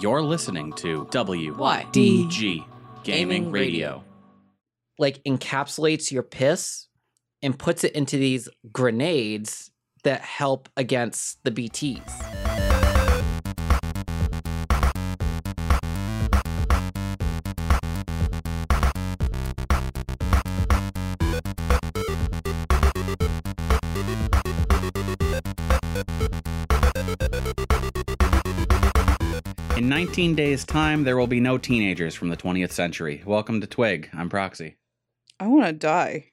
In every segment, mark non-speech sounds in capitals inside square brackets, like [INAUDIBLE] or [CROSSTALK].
You're listening to Why? WDG Gaming Gaming Radio. Radio. like encapsulates your piss and puts it into these grenades that help against the BTs. In 19 days' time, there will be no teenagers from the 20th century. Welcome to Twig. I'm Proxy. I want to die.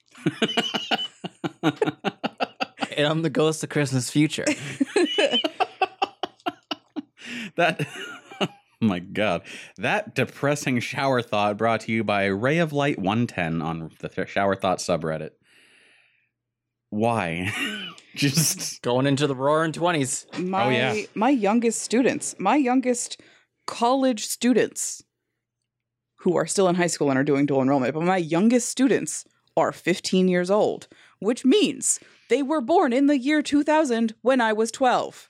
And I'm the ghost of Christmas future. that. [LAUGHS] oh my god. That depressing shower thought brought to you by Ray of Light 110 on the Shower Thought subreddit. Why? [LAUGHS] Just. Going into the roaring 20s. My yeah. my youngest students, my youngest college students who are still in high school and are doing dual enrollment, but my youngest students are 15 years old, which means they were born in the year 2000 when I was 12.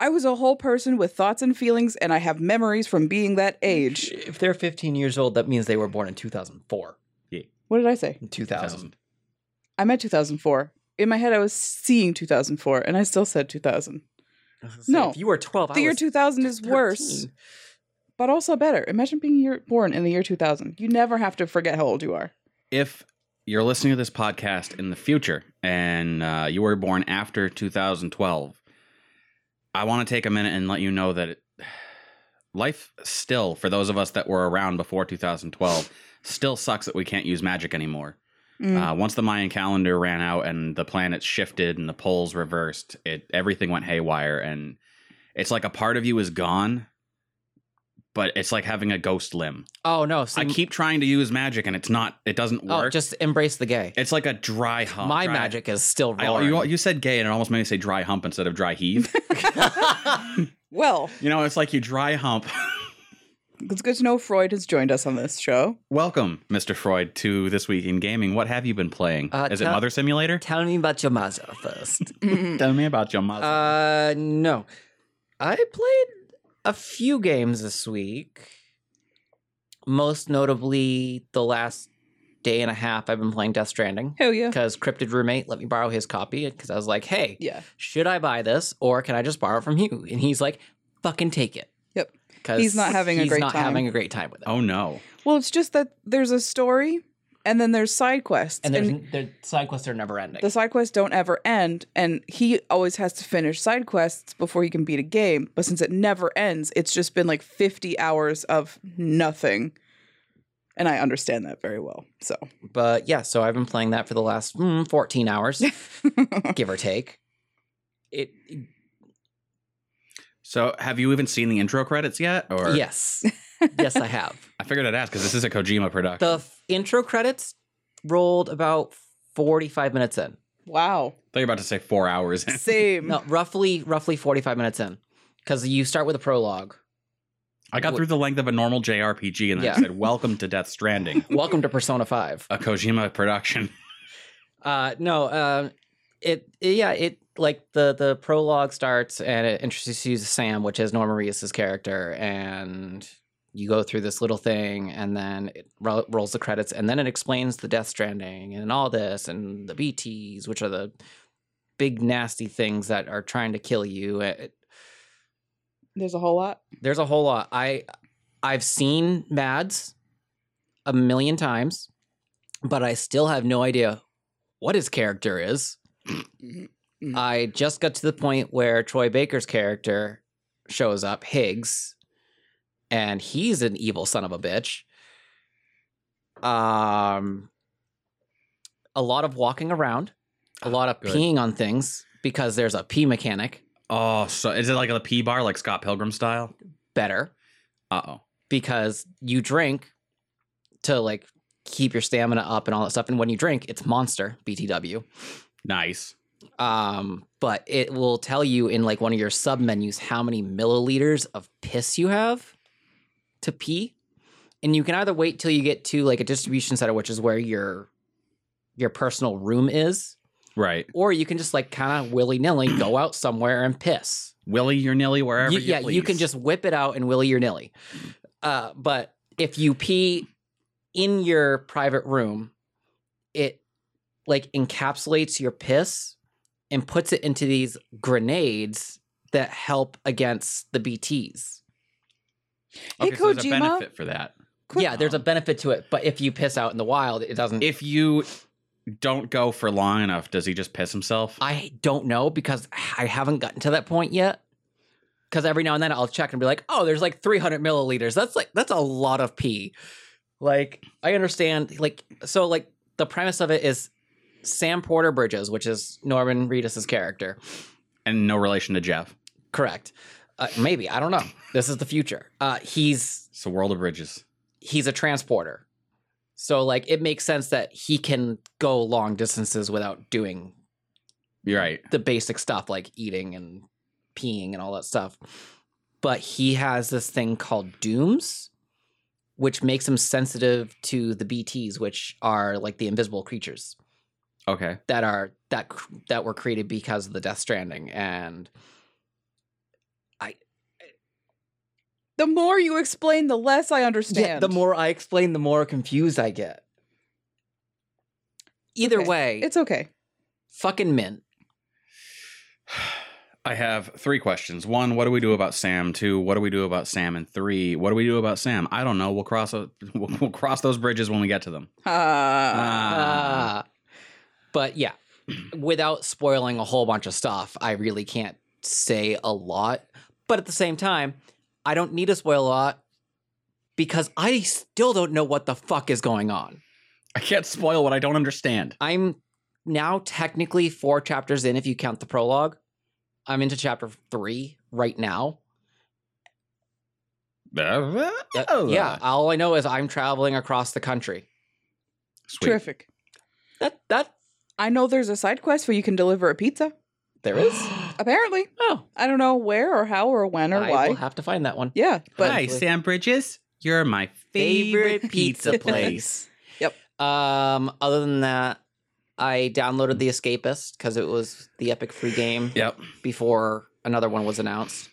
I was a whole person with thoughts and feelings and I have memories from being that [LAUGHS] age. If they're 15 years old, that means they were born in 2004. What did I say? In 2000. I meant 2004. In my head I was seeing 2004 and I still said 2000. So No. If you were 12, The I year was 2000 is worse. 13. but also better. Imagine being year, born in the year 2000. You never have to forget how old you are. if you're listening to this podcast in the future and uh, you were born after 2012, I want to take a minute and let you know that it, life still, for those of us that were around before 2012, still sucks that we can't use magic anymore. Mm. Ah. Uh, once the Mayan calendar ran out and the planets shifted and the poles reversed, it everything went haywire, and it's like a part of you is gone, but it's like having a ghost limb. Oh, no. See, I keep trying to use magic and it's not. It doesn't oh, work. just embrace the gay. It's like a dry hump. My Dry- magic is still I, roaring. you, you said gay, and it almost made me say dry hump instead of dry [LAUGHS] heave. well, you know, it's like you dry hump. it's good to know Freud has joined us on this show. Welcome, Mr. Freud, to This Week in Gaming. What have you been playing? Uh, Is it tell- Mother Simulator? Tell me about your mazza first. Tell me about your mother. Uh, no. I played a few games this week. Most notably, the last day and a half I've been playing Death Stranding [LAUGHS] [LAUGHS] Hell yeah. because Cryptid Roommate let me borrow his copy because I was like, hey, Yeah. should I buy this or can I just borrow it from you? And he's like, fucking take it. Yep. 'Cause He's not having a he's great not time. having a great time with it. oh, no. Well, it's just that there's a story and then there's side quests. and there's, their side quests are never ending. the side quests don't ever end, and he always has to finish side quests before he can beat a game. But since it never ends, it's just been like 50 hours of nothing. And I understand that very well. So, [LAUGHS] but yeah, so I've been playing that for the last mm, 14 [LAUGHS] hours, give or take. It So, have you even seen the intro credits yet? Or yes, yes, I have. I figured I'd ask because this is a Kojima production. The f- intro credits rolled about 45 minutes in. [LAUGHS] wow. They're about to say four hours. Same. No, roughly, roughly 45 minutes in, because you start with a prologue. I got through the length of a normal JRPG and then Yeah. it said, Welcome to Death Stranding, Welcome to Persona 5. a Kojima production. [LAUGHS] Uh, no, um, it, yeah, it like the the prologue starts and it introduces you to Sam, which is Norma Reedus's character, and you go through this little thing, and then it ro- rolls the credits, and then it explains the Death Stranding and all this, and the BTS, which are the big nasty things that are trying to kill you. eh, It- There's a whole lot. There's a whole lot. I I've seen Mads a million times, but I still have no idea what his character is. Mm-hmm. I just got to the point where Troy Baker's character shows up, Higgs, and he's an evil son of a bitch. Um a lot of walking around, a lot of Good. peeing on things because there's a pee mechanic Oh, so is it like a P bar, like Scott Pilgrim style? better. Uh oh. because you drink to like keep your stamina up and all that stuff. And when you drink, it's monster BTW. Nice. Um, but it will tell you in like one of your sub menus how many milliliters of piss you have to pee. And you can either wait till you get to like a distribution center, which is where your your personal room is, Right. or you can just like kind of willy nilly go out somewhere and piss. Willy your nilly wherever You- you, yeah, you can please. just whip it out and willy your nilly. Uh, but if you pee in your private room, it like encapsulates your piss and puts it into these grenades that help against the BTs. Hey, Okay, so there's a Kojima. benefit for that. Cool. Yeah, there's a benefit to it, but if you piss out in the wild, it doesn't. If you don't go for long enough, does he just piss himself? I don't know because I haven't gotten to that point yet. Because every now and then I'll check and be like, oh, there's like 300 milliliters. That's like, that's a lot of pee. Like, I understand. Like, so, like, the premise of it is Sam Porter Bridges, which is Norman Reedus's character. and no relation to Jeff. Correct. Uh, maybe. I don't know. This is the future. Uh, he's It's the world of bridges. he's a transporter. So like it makes sense that he can go long distances without doing You're right. the basic stuff like eating and peeing and all that stuff. But he has this thing called dooms, which makes him sensitive to the BTs, which are like the invisible creatures Okay. [SIGHS] that are that cr- that were created because of the Death Stranding. And The more you explain, the less I understand. yeah, the more I explain, the more confused I get. Either Okay. way, it's okay. fucking mint. I have three questions. One, what do we do about Sam? Two, what do we do about Sam? And three, what do we do about Sam? I don't know. We'll cross a, [LAUGHS] we'll, we'll cross those bridges when we get to them. Ah. Ah. Uh, but yeah, without spoiling a whole bunch of stuff, I really can't say a lot. But at the same time, I don't need to spoil a lot because I still don't know what the fuck is going on. I can't spoil what I don't understand. I'm now technically four chapters in if you count the prologue. I'm into chapter three right now. Uh, Uh, Uh, Oh, yeah, all I know is I'm traveling across the country. Sweet. Terrific. That that I know there's a side quest where you can deliver a pizza. there is. Apparently, Oh, I don't know where or how or when or I why. will have to find that one. yeah, but Hi, Sam Bridges. You're my Favorite favorite pizza pizza [LAUGHS] place. Um, other than that, I downloaded The Escapist because it was the Epic free game yep. before another one was announced.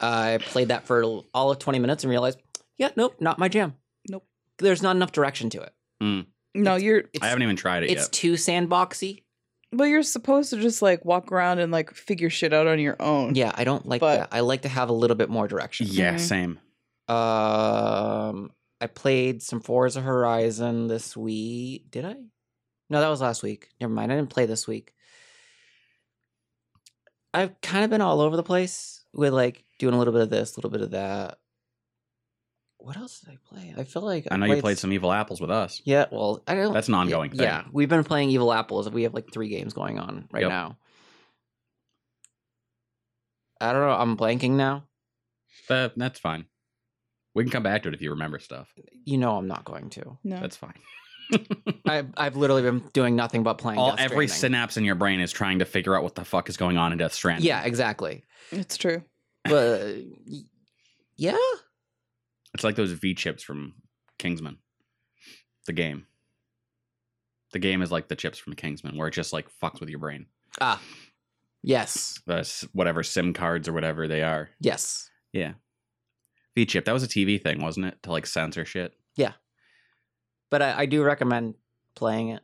I played that for all of 20 minutes and realized, yeah, nope, not my jam. Nope. There's not enough direction to it. no, you're. It's, I haven't even tried it it's yet. too sandboxy. But you're supposed to just like walk around and like figure shit out on your own. Yeah, I don't like But- that. I like to have a little bit more direction. yeah, Mhm. same. Um, I played some Forza Horizon this week. Did I? No, that was last week. Never mind. I didn't play this week. I've kind of been all over the place with like doing a little bit of this, a little bit of that. What else did I play? I feel like I know you played some Evil Apples with us. Yeah, well, I don't. That's an ongoing yeah, thing. Yeah, we've been playing Evil Apples. We have like three games going on right Yep. now. I don't know. I'm blanking now. But that's fine. We can come back to it if you remember stuff. You know, I'm not going to. No. That's fine. I've, I've literally been doing nothing but playing. All Death every Stranding. synapse in your brain is trying to figure out what the fuck is going on in Death Stranding. Yeah, exactly. it's true. [LAUGHS] But y- yeah, It's like those V chips from Kingsman. The game. The game is like the chips from Kingsman, where it just like fucks with your brain. ah, yes, The s- whatever SIM cards or whatever they are. yes. V chip. That was a TV thing, wasn't it? To like censor shit. But I, I do recommend playing it.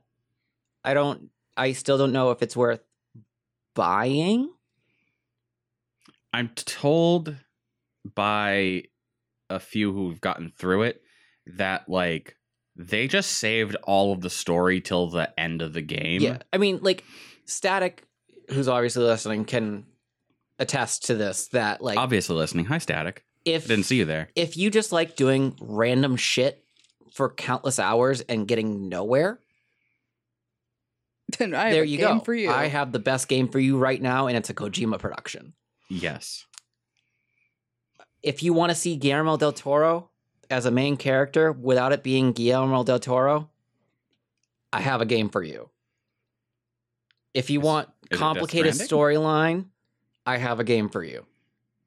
I don't. I still don't know if it's worth buying. I'm told by a few who've gotten through it that like they just saved all of the story till the end of the game. Yeah, I mean, like Static, who's obviously listening, can attest to this. That like, Obviously listening. Hi static. if Didn't see you there. if you just like doing random shit for countless hours and getting nowhere, Then I have there a you game go. for you. I have the best game for you right now, and it's a Kojima production. Yes. If you want to see Guillermo del Toro as a main character without it being Guillermo del Toro, I have a game for you. If you Is- want Death complicated Stranding? storyline, I have a game for you.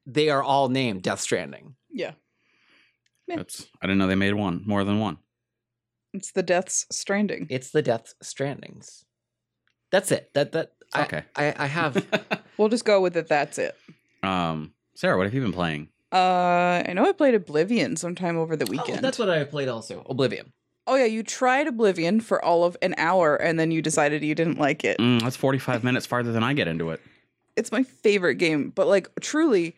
They are all named Death Stranding. yeah, Yeah. That's I didn't know they made one, more than one. it's the Death's Stranding. It's the Death Strandings. That's it. That that I, Okay. Oh, I, I have [LAUGHS] We'll just go with it. That's it. Um, Sarah, what have you been playing? Uh, I know I played Oblivion sometime over the weekend. Oh, that's what I played also. Oblivion. yeah, you tried Oblivion for all of an hour and then you decided you didn't like it. Mm, that's 45 minutes farther than I get into it. It's my favorite game, but like truly,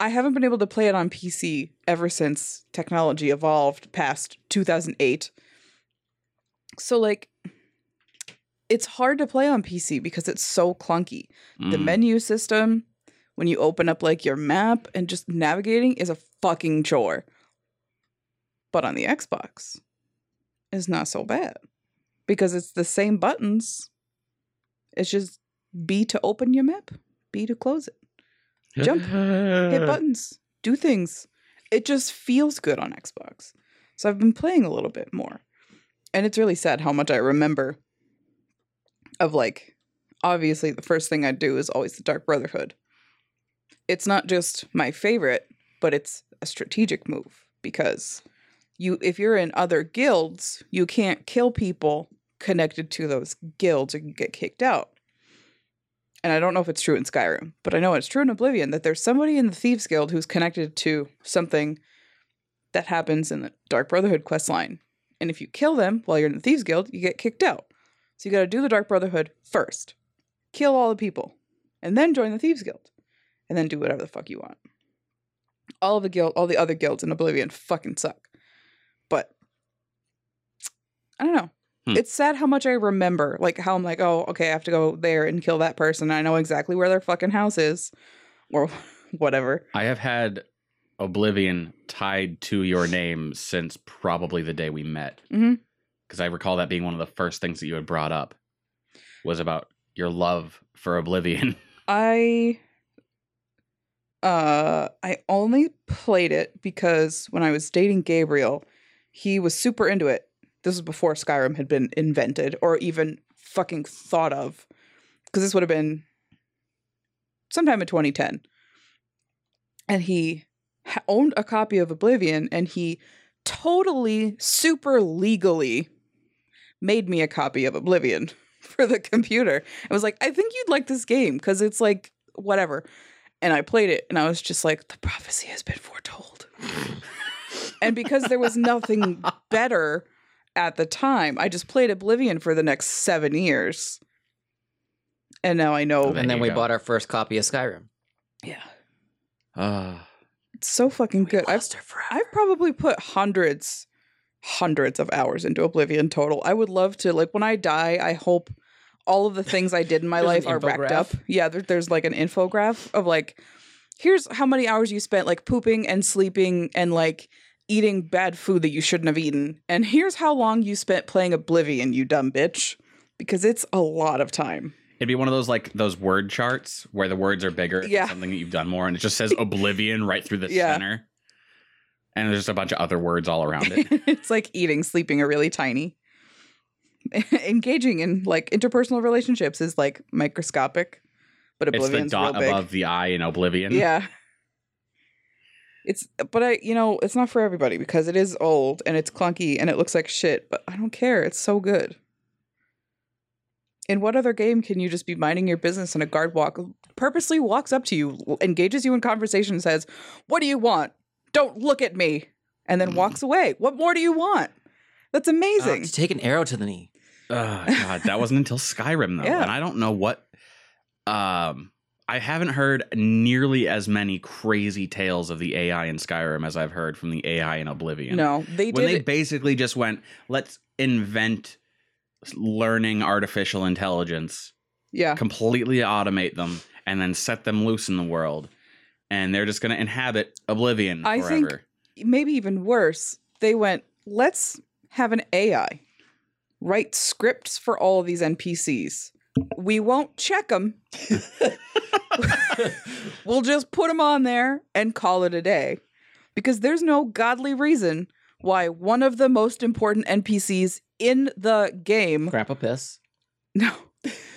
I haven't been able to play it on PC ever since technology evolved past 2008. So like it's hard to play on PC because it's so clunky. The Mm. menu system, when you open up like your map and just navigating is a fucking chore. But on the Xbox, it's not so bad because it's the same buttons. It's just B to open your map, B to close it. [LAUGHS] jump, Hit buttons, do things. It just feels good on Xbox. So I've been playing a little bit more. And it's really sad how much I remember of like obviously the first thing I do is always the Dark Brotherhood. It's not just my favorite, but it's a strategic move because you if you're in other guilds, you can't kill people connected to those guilds or you get kicked out. And I don't know if it's true in Skyrim, but I know it's true in Oblivion that there's somebody in the Thieves Guild who's connected to something that happens in the Dark Brotherhood quest line. And if you kill them while you're in the Thieves Guild, you get kicked out. So you got to do the Dark Brotherhood first, kill all the people, and then join the Thieves Guild, and then do whatever the fuck you want. All of the guild, all the other guilds in Oblivion fucking suck. But I don't know. Hmm. It's sad how much I remember, like how I'm like, oh, okay, I have to go there and kill that person. I know exactly where their fucking house is, or [LAUGHS] whatever. I have had Oblivion tied to your name since probably the day we met. Mhm. Because I recall that being one of the first things that you had brought up was about your love for Oblivion. [LAUGHS] I uh I only played it because when I was dating Gabriel, he was super into it. This was before Skyrim had been invented or even fucking thought of. Cuz this would have been sometime in 2010. And he ha- owned a copy of Oblivion and he totally super legally made me a copy of Oblivion [LAUGHS] for the computer. I was like, I think you'd like this game because it's like whatever. And I played it and I was just like, the prophecy has been foretold. [LAUGHS] and because there was nothing better at the time, I just played Oblivion for the next seven years. And now I know. There and then you we go. bought our first copy of Skyrim. Yeah. Uh, It's so fucking good. I've, Lost her forever. I've probably put hundreds, hundreds of hours into Oblivion total. I would love to, like, when I die, I hope all of the things I did in my [LAUGHS] There's life an are racked up. infograph. Yeah, there, there's like an infograph of like, here's how many hours you spent like pooping and sleeping and like eating bad food that you shouldn't have eaten. And here's how long you spent playing Oblivion, you dumb bitch. Because it's a lot of time. it'd be one of those like those word charts where the words are bigger. if it's Yeah. Something that you've done more, and it just [LAUGHS] says Oblivion right through the Yeah. center. And there's just a bunch of other words all around [LAUGHS] it. it's like eating, sleeping are really tiny. [LAUGHS] Engaging in like interpersonal relationships is like microscopic, but it's the Oblivion's dot real big. above the I in Oblivion. [LAUGHS] Yeah. It's but I you know, it's not for everybody because it is old and it's clunky and it looks like shit, but I don't care. It's so good. In what other game can you just be minding your business and a guard walk purposely walks up to you, l- engages you in conversation, and says, What do you want? Don't look at me and then Mm. walks away. What more do you want? That's Uh, amazing. to take an arrow to the knee. Oh god, that wasn't until Skyrim though, Yeah. and I don't know what. Um, I haven't heard nearly as many crazy tales of the AI in Skyrim as I've heard from the AI in Oblivion. No, they when did they it- basically just went, let's invent learning artificial intelligence, Yeah. completely automate them, and then set them loose in the world, and they're just going to inhabit Oblivion I forever. think- maybe even worse, they went, let's have an AI write scripts for all of these NPCs. We won't check them. [LAUGHS] we'll just put them on there and call it a day. Because there's no godly reason why one of the most important NPCs in the game Grandpa piss. [LAUGHS] no.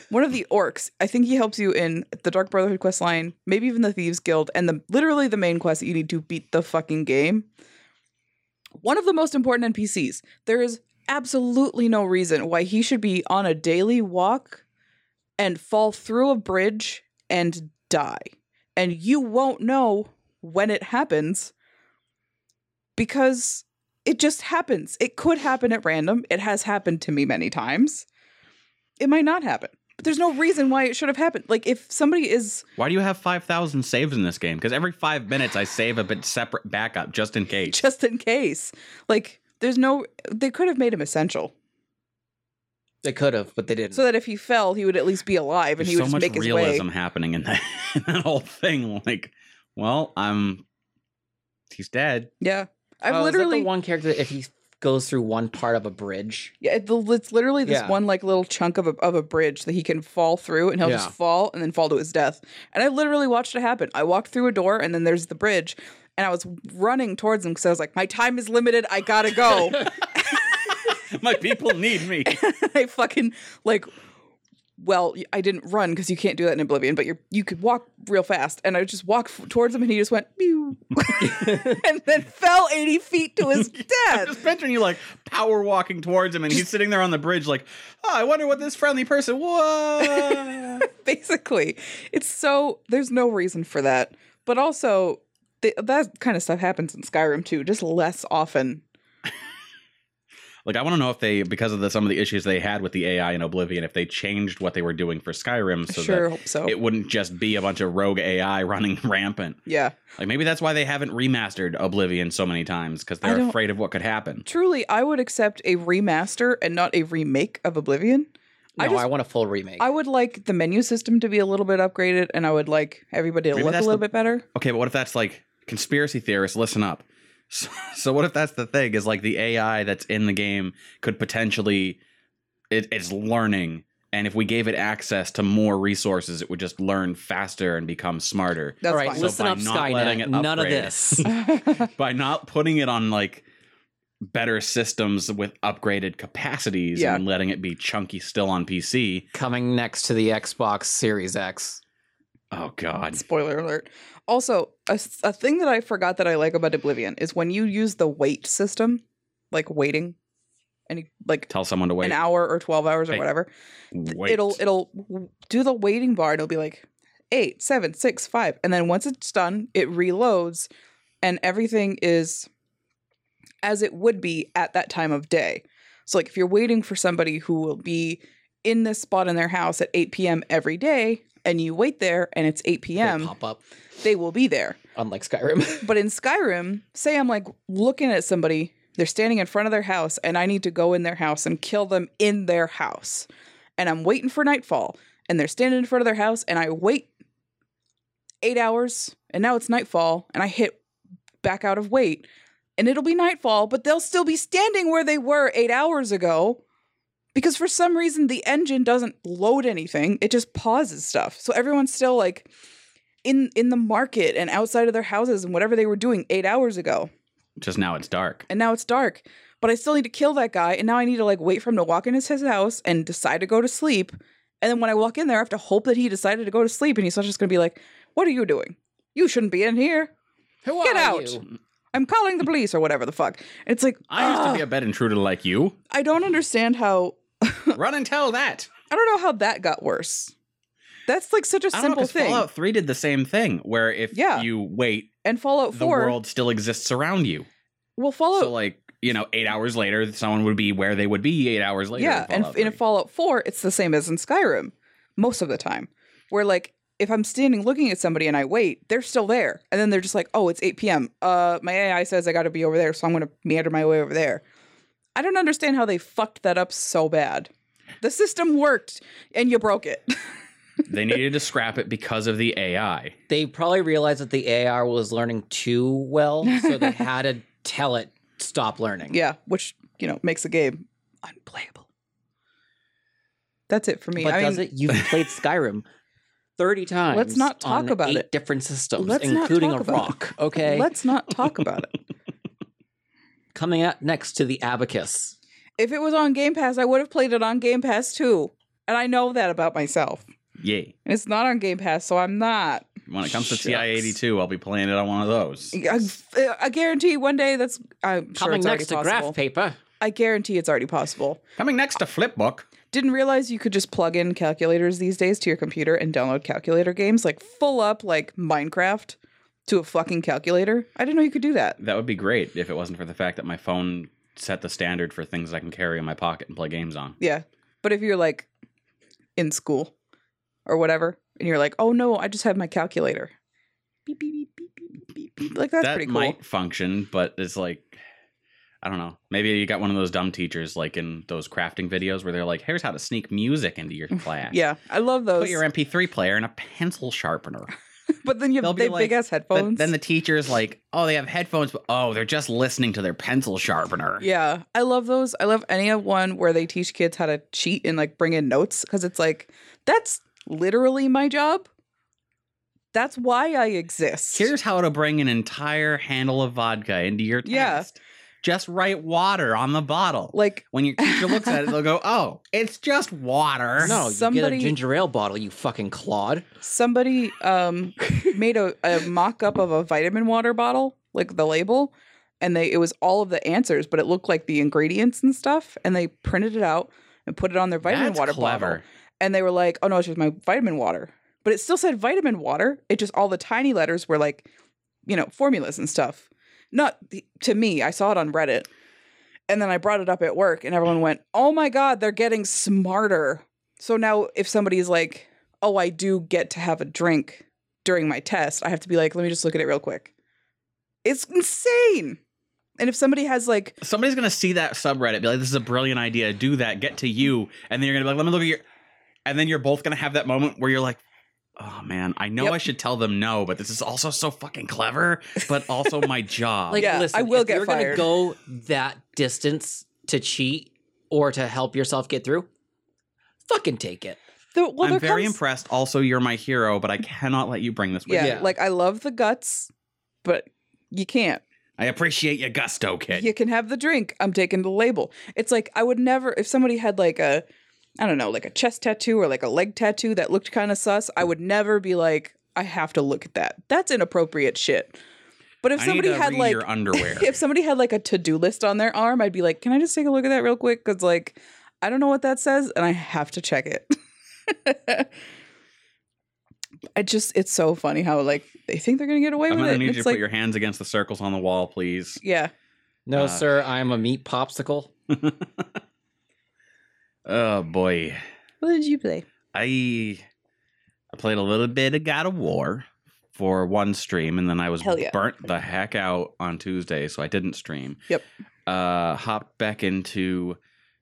One of the orcs. I think he helps you in the Dark Brotherhood quest line, maybe even the Thieves Guild, and the literally the main quest that you need to beat the fucking game. One of the most important NPCs. There is absolutely no reason why he should be on a daily walk and fall through a bridge and die. and you won't know when it happens because it just happens. It could happen at random. It has happened to me many times. It might not happen. But there's no reason why it should have happened. Like if somebody is [LAUGHS] Why do you have 5,000 saves in this game? Because every five minutes I save a bit separate backup just in case. just in case, like there's no they could have made him essential They could have, but they didn't. so that if he fell, he would at least be alive and There's he would so just much make his realism way. happening in [LAUGHS] that, in that whole thing. Like, well, I'm. He's dead. [LAUGHS] Yeah. I've Oh, is that the literally one character that if he goes through one part of a bridge. Yeah, the, it's literally this Yeah. one like little chunk of a, of a bridge that he can fall through, and he'll Yeah. just fall and then fall to his death. And I literally watched it happen. I walked through a door, and then there's the bridge, and I was running towards him because I was like, "My time is limited. I gotta [LAUGHS] go." My people need me. [LAUGHS] I fucking like. Well, I didn't run because you can't do that in Oblivion, but you you could walk real fast, and I just walked f- towards him, and he just went [LAUGHS] mew, and then fell eighty feet to his I'm [LAUGHS] death. just picturing you like power walking towards him, and he's sitting there on the bridge, like, oh, I wonder what this friendly person was. basically it's so there's no reason for that but also th- that kind of stuff happens in skyrim too just less often [LAUGHS] like, I want to know if they, because of the, some of the issues they had with the AI in Oblivion, if they changed what they were doing for Skyrim so sure that Oh. hope so it wouldn't just be a bunch of rogue AI running [LAUGHS] rampant. yeah Like, maybe that's why they haven't remastered Oblivion so many times because I they're don't- afraid of what could happen. truly i would accept a remaster and not a remake of oblivion No, I I, just- want a full remake. i would like the menu system to be a little bit upgraded and i would like everybody to Maybe look a that's little the- bit better Okay, but what if that's like conspiracy theorists? Listen up. [LAUGHS] So, so what if that's the thing? Is like the AI that's in the game could potentially it, it's learning, and if we gave it access to more resources, it would just learn faster and become smarter. [LAUGHS] that's All right, fine listen So by up, not letting Skynet. it None of upgrade it. [LAUGHS] this. By not putting it on like better systems with upgraded capacities Yeah. and letting it be chunky still on PC. Coming next to the Xbox Series X. Oh god. Spoiler alert. Also, a, s- a thing that I forgot that I like about Oblivion is when you use the wait system, like waiting, and you, like Tell someone to wait. an hour or 12 hours or Wait. whatever, wait. it'll it'll w- do the waiting bar and it'll be like eight, seven, six, five. And then once it's done, it reloads and everything is as it would be at that time of day. So like if you're waiting for somebody who will be in this spot in their house at 8 p.m. every day and you wait there and it's 8 They p.m., pop up, they will be there. unlike [LAUGHS] Skyrim. But in Skyrim, say I'm like looking at somebody, they're standing in front of their house, and I need to go in their house and kill them in their house. And I'm waiting for nightfall, and they're standing in front of their house, and I wait eight hours, and now it's nightfall, and I hit back out of wait, and it'll be nightfall, but they'll still be standing where they were eight hours ago. Because for some reason the engine doesn't load anything; it just pauses stuff. So everyone's still like in in the market and outside of their houses and whatever they were doing eight hours ago. just now it's dark. And now it's dark. But I still need to kill that guy, and now I need to like wait for him to walk into his house and decide to go to sleep. And then when I walk in there, I have to hope that he decided to go to sleep, and he's not just gonna be like, "What are you doing? You shouldn't be in here. Who Get are out." you? I'm calling the police or whatever the fuck." And it's like I used to be a ugh, bed intruder like [LAUGHS] you. I don't understand how Run and tell that. I don't know how that got worse. That's like such a I don't know, simple 'cause thing. Fallout 3 did the same thing, where if Yeah. you wait, and Fallout the Four, world still exists around you. well, Fallout So, like, you know, eight hours later, someone would be where they would be eight hours later. Yeah, in and Fallout f- in 3. Fallout 4, it's the same as in Skyrim most of the time, where like if I'm standing looking at somebody and I wait, they're still there, and then they're just like, "Oh, it's 8 p.m. Uh, my AI says I got to be over there, so I'm gonna meander my way over there." I don't understand how they fucked that up so bad. The system worked, and you broke it. [LAUGHS] they needed to scrap it because of the AI. They probably realized that the AR was learning too well, so [LAUGHS] they had to tell it stop learning. yeah, which you know makes the game unplayable. That's it for me. but I does mean, it? You've played [LAUGHS] Skyrim thirty times. not talk on about eight it. Different systems, Let's not including talk a about it. rock. Okay, let's not talk about it. coming out next to the Abacus. If it was on Game Pass, I would have played it on Game Pass too. And I know that about myself. Yay. And it's not on Game Pass, so I'm not. When it comes Shucks. to TI 82, I'll be playing it on one of those. I, I guarantee one day that's. I'm sure coming it's already next to possible. graph paper. I guarantee it's already possible. Coming next to Flipbook. Didn't realize you could just plug in calculators these days to your computer and download calculator games, like full up, like Minecraft to a fucking calculator. I didn't know you could do that. That would be great if it wasn't for the fact that my phone set the standard for things I can carry in my pocket and play games on. Yeah. But if you're like in school or whatever, and you're like, oh no, I just have my calculator. Beep, beep, beep, beep, beep, beep, beep. Like, that's that pretty cool. might function, but it's like I don't know. Maybe you got one of those dumb teachers like in those crafting videos where they're like, here's how to sneak music into [LAUGHS] your class. Yeah, I love those. Put your MP3 player and a pencil sharpener. [LAUGHS] but then you they'll have be they have like, big ass But headphones. then the [LAUGHS] teacher is like, oh, they have headphones, but oh, they're just listening to their pencil sharpener. Yeah, I love those. I love any of one where they teach kids how to cheat and like bring in notes because it's like that's literally my job. That's why I exist. Here's how to bring an entire handle of vodka into your test. Yeah. Just write water on the bottle. like when your teacher looks at it, they'll [LAUGHS] go, oh, it's just water. No, you Somebody- get a ginger ale bottle, you fucking clod. somebody um made a, a mock up of a vitamin water bottle, like the label, and they it was all of the answers, but it looked like the ingredients and stuff, and they printed it out and put it on their vitamin That's water clever. bottle. and they were like, "Oh no, it's just my vitamin water." But it still said vitamin water. It just all the tiny letters were like, you know, formulas and stuff. Not to me. I saw it on Reddit, and then I brought it up at work, and everyone went, "Oh my god, they're getting smarter." So now, if somebody's like, "Oh, I do get to have a drink during my test," I have to be like, "Let me just look at it real quick." It's insane. And if somebody has like Somebody's gonna see that subreddit, be like, "This is a brilliant idea. Do that. Get to you." And then you're gonna be like, "Let me look at your," and then you're both gonna have that moment where you're like, "Oh man, I know Yep. I should tell them no, but this is also so fucking clever, but [LAUGHS] also my job." Like, Yeah, listen, I will if get you're fired. gonna go that distance to cheat or to help yourself get through, fucking take it. the well, I'm there very comes- impressed. Also, you're my hero, but I cannot let you bring this with Yeah, you. Yeah. like I love the guts, but you can't. I appreciate your gusto, kid. You can have the drink. I'm taking the label. It's like I would never if somebody had like a I don't know, like a chest tattoo or like a leg tattoo that looked kind of sus, I would never be like I have to look at that. That's inappropriate shit. But if I somebody need to had read like your underwear. [LAUGHS] if somebody had like a to-do list on their arm, I'd be like, "Can I just take a look at that real quick cuz like I don't know what that says and I have to check it." [LAUGHS] I just it's so funny how like they think they're going to get away I'm with gonna it. need you It's to like put your hands against the circles on the wall, please. yeah. No, Uh, sir, I'm a meat popsicle. Oh boy, What did you play? I I played a little bit of God of War for one stream, and then I was Hell yeah. burnt the heck out on Tuesday, so I didn't stream. Yep. Uh, hopped back into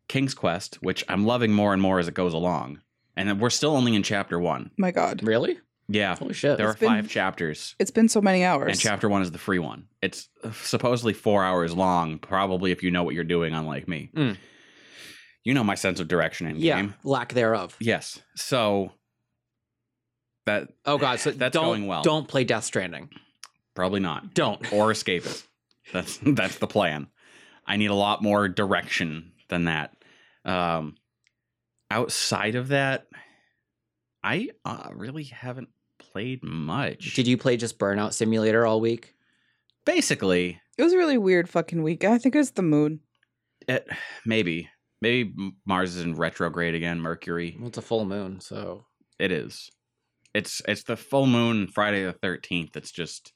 King's Quest, which I'm loving more and more as it goes along, and then we're still only in chapter one. My god. Really? Yeah, Holy shit. there are It's been- five chapters, It's been so many hours. and chapter one is the free one. It's uh, supposedly four hours long, probably if you know what you're doing, unlike me. Mm. You know my sense of direction in yeah, game. lack thereof. Yes. So that Oh god, so That's don't, going well. Don't play Death Stranding. probably not. Don't. Or [LAUGHS] escapist. That's that's the plan. I need a lot more direction than that. Um outside of that, I uh, really haven't played much. Did you play just Burnout Simulator all week? Basically, it was a really weird fucking week. I think it was the moon. it, maybe maybe M- Mars is in retrograde again, Mercury. Well, it's a full moon, so It is. It's it's the full moon Friday the 13th. It's just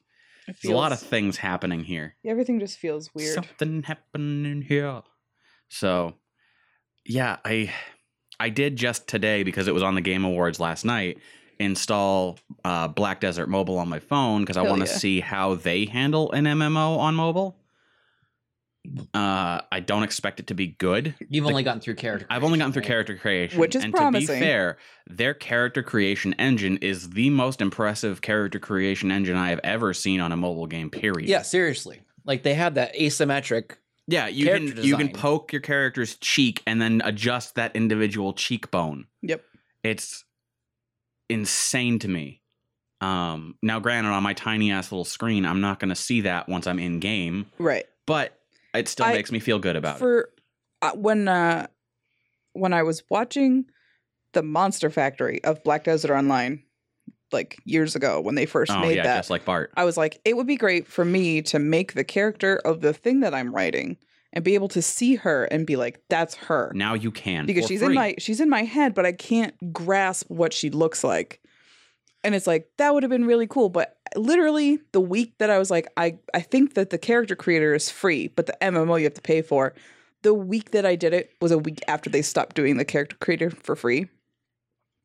It there's a lot of feels- things happening here. everything just feels weird. Something happening here. So, yeah, I I did just today because it was on the Game Awards last night. Install uh, Black Desert Mobile on my phone because I Hell want to yeah. see how they handle an MMO on mobile. Uh, I don't expect it to be good. you've Like- only gotten through character. I've only gotten through creation, character creation, Which is and To promising. be fair, their character creation engine is the most impressive character creation engine I have ever seen on a mobile game. Period. right? Yeah, seriously. Like they had that asymmetric. Yeah, you can character you can design. poke your character's cheek and then adjust that individual cheekbone. Yep. It's insane to me. Um now granted on my tiny ass little screen, I'm not going to see that once I'm in game, Right. but it still I- makes me feel good about it. For uh, when uh when I was watching the Monster Factory of Black Desert Online like years ago when they first Oh made yeah, that. just like Bart. I was like, it would be great for me to make the character of the thing that I'm writing and be able to see her and be like, that's her. Now you can because for she's free. in my she's in my head, but I can't grasp what she looks like. And it's like that would have been really cool, but literally the week that I was like, I I think that the character creator is free, but the MMO you have to pay for. The week that I did it was a week after they stopped doing the character creator for free.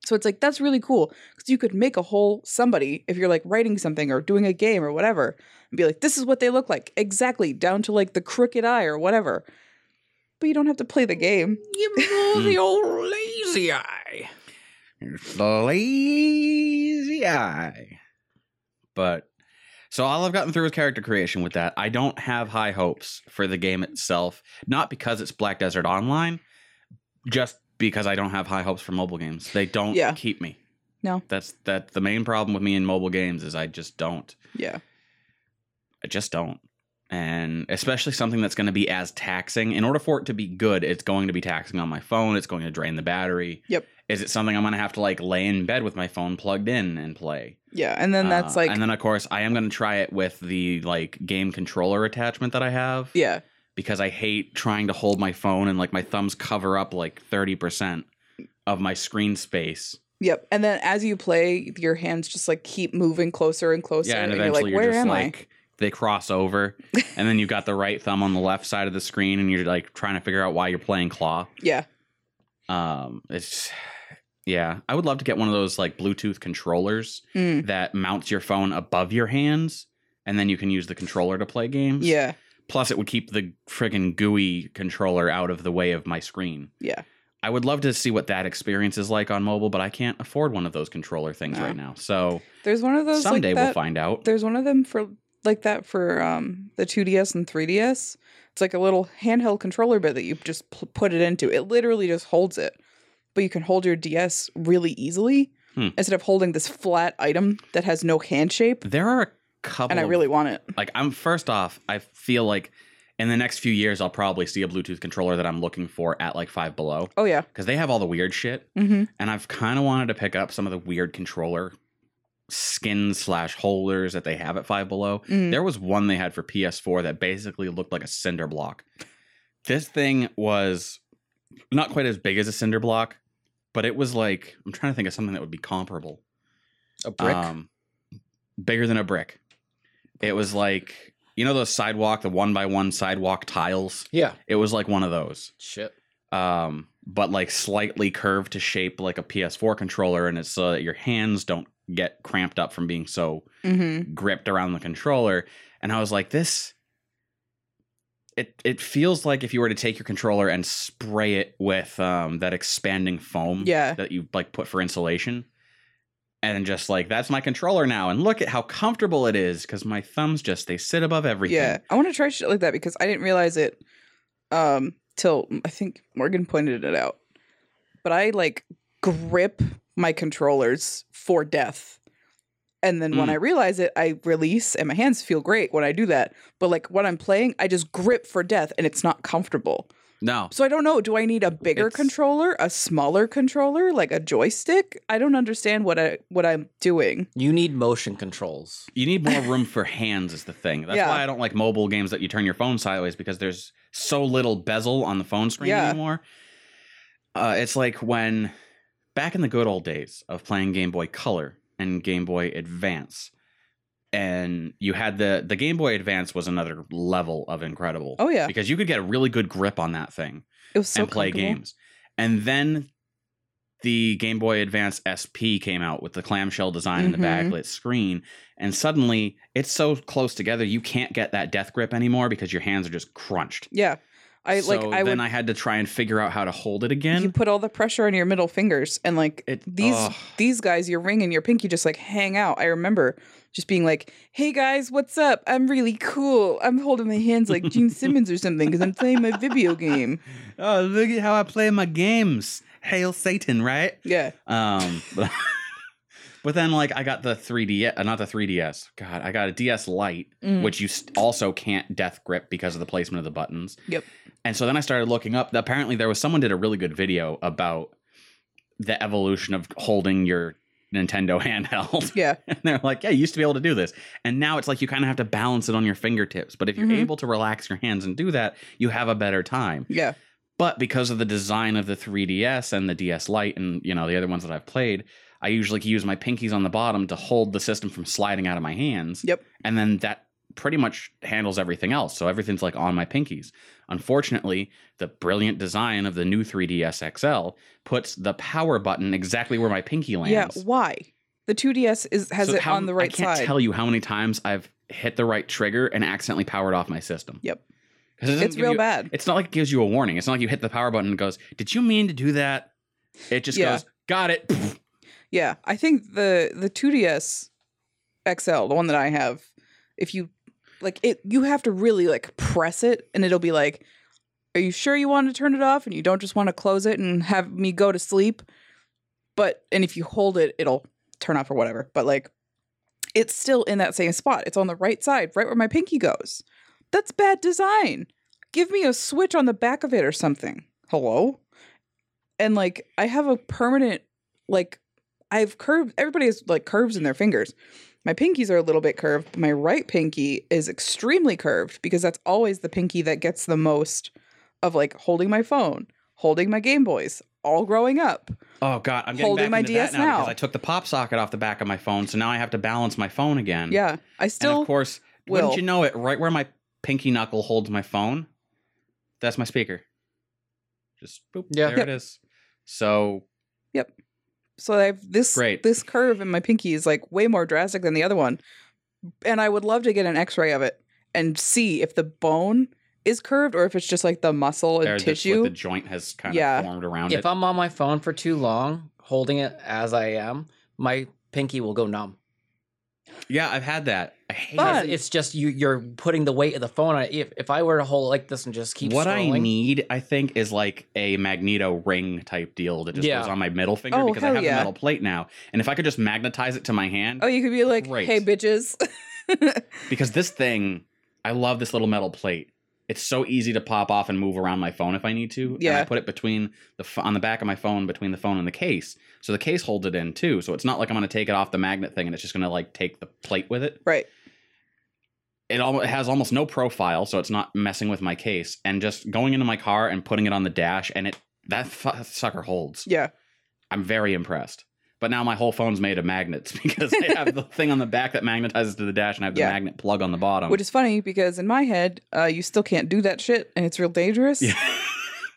So it's like that's really cool because you could make a whole somebody if you're like writing something or doing a game or whatever, and be like, this is what they look like exactly down to like the crooked eye or whatever. But you don't have to play the game. the old lazy eye. lazy eye. But so all I've gotten through is character creation with that. I don't have high hopes for the game itself, not because it's Black Desert Online, just because I don't have high hopes for mobile games. They don't Yeah. keep me. No. That's that the main problem with me in mobile games is I just don't. Yeah. I just don't. And especially something that's going to be as taxing. In order for it to be good, it's going to be taxing on my phone. It's going to drain the battery. Yep. Is it something I'm going to have to like lay in bed with my phone plugged in and play? Yeah, and then that's Uh, like and then of course I am going to try it with the like game controller attachment that I have. yeah, Because I hate trying to hold my phone and like my thumbs cover up like thirty percent of my screen space. yep. And then as you play, your hands just like keep moving closer and closer, yeah, and you're eventually like, you're, "Where just am I?" like they cross over, and then you've got the right thumb on the left side of the screen, and you're like trying to figure out why you're playing claw. Yeah, Um, it's yeah, I would love to get one of those like Bluetooth controllers Mm. that mounts your phone above your hands, and then you can use the controller to play games. yeah, Plus, it would keep the friggin' GUI controller out of the way of my screen. yeah. I would love to see what that experience is like on mobile, but I can't afford one of those controller things No. right now. So There's one of Ah. those someday like that. we'll find out. There's one of them for like that for um the 2DS and 3DS. It's like a little handheld controller bit that you just pl- put it into. It literally just holds it, but you can hold your DS really easily Hmm. instead of holding this flat item that has no hand shape. There are a couple. And I of- really want it. like I'm first off, I feel like in the next few years I'll probably see a Bluetooth controller that I'm looking for at like five below Oh yeah. because they have all the weird shit, Mm-hmm. and I've kind of wanted to pick up some of the weird controller skins slash holders that they have at five below. Mm. There was one they had for PS4 that basically looked like a cinder block. This thing was not quite as big as a cinder block, but it was like I'm trying to think of something that would be comparable. A brick. Um, bigger than a brick. It was like you know those sidewalk, the one by one sidewalk tiles. yeah. It was like one of those, Shit. um, but like slightly curved to shape like a PS4 controller, and it's so that your hands don't get cramped up from being so Mm-hmm. gripped around the controller. And I was like, this. It it feels like if you were to take your controller and spray it with um, that expanding foam Yeah. that you like put for insulation and just like that's my controller now and look at how comfortable it is because my thumbs just they sit above everything Yeah, I want to try shit like that because I didn't realize it um till I think Morgan pointed it out. But I like grip my controllers for death. And then when Mm. I realize it, I release and my hands feel great when I do that. But like when I'm playing, I just grip for death and it's not comfortable. no So I don't know, do I need a bigger It's- controller, a smaller controller, like a joystick? I don't understand what I what I'm doing. You need motion controls. you need more room for hands is the thing that's Yeah. why i don't like mobile games that you turn your phone sideways because there's so little bezel on the phone screen Yeah. anymore uh, it's like when back in the good old days of playing game boy color and game boy advance and you had the the game boy advance was another level of incredible Oh yeah. because you could get a really good grip on that thing It was so and play comfortable. games. And then the Game Boy Advance SP came out with the clamshell design and the Mhm. backlit screen, and suddenly it's so close together you can't get that death grip anymore because your hands are just crunched. Yeah. I like So I then would I had to try and figure out how to hold it you again. put all the pressure on your middle fingers and like It- these ugh. these guys your ring and your pinky just like hang out i remember just being like hey guys what's up i'm really cool i'm holding my [LAUGHS] hands like gene simmons or something because i'm playing my video game oh, look at how I play my games! Hail Satan, right? yeah Um, [LAUGHS] but, but then like I got the 3D, uh, not the 3DS. God, I got a DS Lite, Mm. which you st- also can't death grip because of the placement of the buttons. Yep. And so then I started looking up. Apparently, there was someone did a really good video about the evolution of holding your Nintendo [LAUGHS] handheld. Yeah. and they're like, yeah, you used to be able to do this. And now it's like you kind of have to balance it on your fingertips. But if you're Mhm. able to relax your hands and do that, you have a better time. Yeah. But because of the design of the 3DS and the DS Lite and, you know, the other ones that I've played, I usually use my pinkies on the bottom to hold the system from sliding out of my hands. Yep. And then that pretty much handles everything else. So everything's like on my pinkies. Unfortunately, the brilliant design of the new 3DS XL puts the power button exactly where my pinky lands. Yeah. Why? The 2DS is has So it how- on the I right can't side. tell you how many times I've hit the right trigger and accidentally powered off my system. Yep. 'Cause it doesn't It's give real you- bad. It's not like it gives you a warning. It's not like you hit the power button and it goes, "Did you mean to do that?" It just Yeah. goes, "Got it." [LAUGHS] Yeah, I think the the 2DS XL, the one that I have, if you like it, you have to really like press it, and it'll be like, "Are you sure you want to turn it off?" And you don't just want to close it and have me go to sleep. But and if you hold it, it'll turn off or whatever. But like, it's still in that same spot. It's on the right side, right where my pinky goes. That's bad design. Give me a switch on the back of it or something. Hello. And like, I have a permanent like I have curves. Everybody has like curves in their fingers. My pinkies are a little bit curved. But my right pinky is extremely curved because that's always the pinky that gets the most of like holding my phone, holding my Game Boys, all growing up. oh god, I'm getting Holding back my into DS that now, because now. I took the pop socket off the back of my phone, so now I have to balance my phone again. Yeah, Mm. I and still of course, will. wouldn't you know it? Right where my pinky knuckle holds my phone, that's my speaker. Just boop, Yeah. there it is. So so I have this Great. this curve in my pinky is like way more drastic than the other one, and I would love to get an X-ray of it and see if the bone is curved or if it's just like the muscle and there's tissue. the joint has kind Yeah. of formed around it. If I'm on my phone for too long, holding it as I am, my pinky will go numb. Yeah, I've had that. I hate it. But- Because Fun. It's just you. You're putting the weight of the phone on it. If, if I were to hold it like this and just keep what I scrolling- need, I think, is like a magneto ring type deal that just Yeah. goes on my middle finger Oh, because I hell have yeah. the metal plate now. And if I could just magnetize it to my hand, oh, you could be like, Great. "Hey, bitches." [LAUGHS] because this thing, I love this little metal plate. It's so easy to pop off and move around my phone if I need to. And Yeah. I put it between the ph- on the back of my phone between the phone and the case, so the case holds it in too. So it's not like I'm going to take it off the magnet thing and it's just going to like take the plate with it. right. it, al- it has almost no profile, so it's not messing with my case. And just going into my car and putting it on the dash, and it that fu- sucker holds. Yeah. I'm very impressed. But now my whole phone's made of magnets [LAUGHS] because I have the thing on the back that magnetizes to the dash, and I have the Yeah. magnet plug on the bottom. Which is funny because in my head, uh, you still can't do that shit, and it's real [LAUGHS] dangerous. yeah.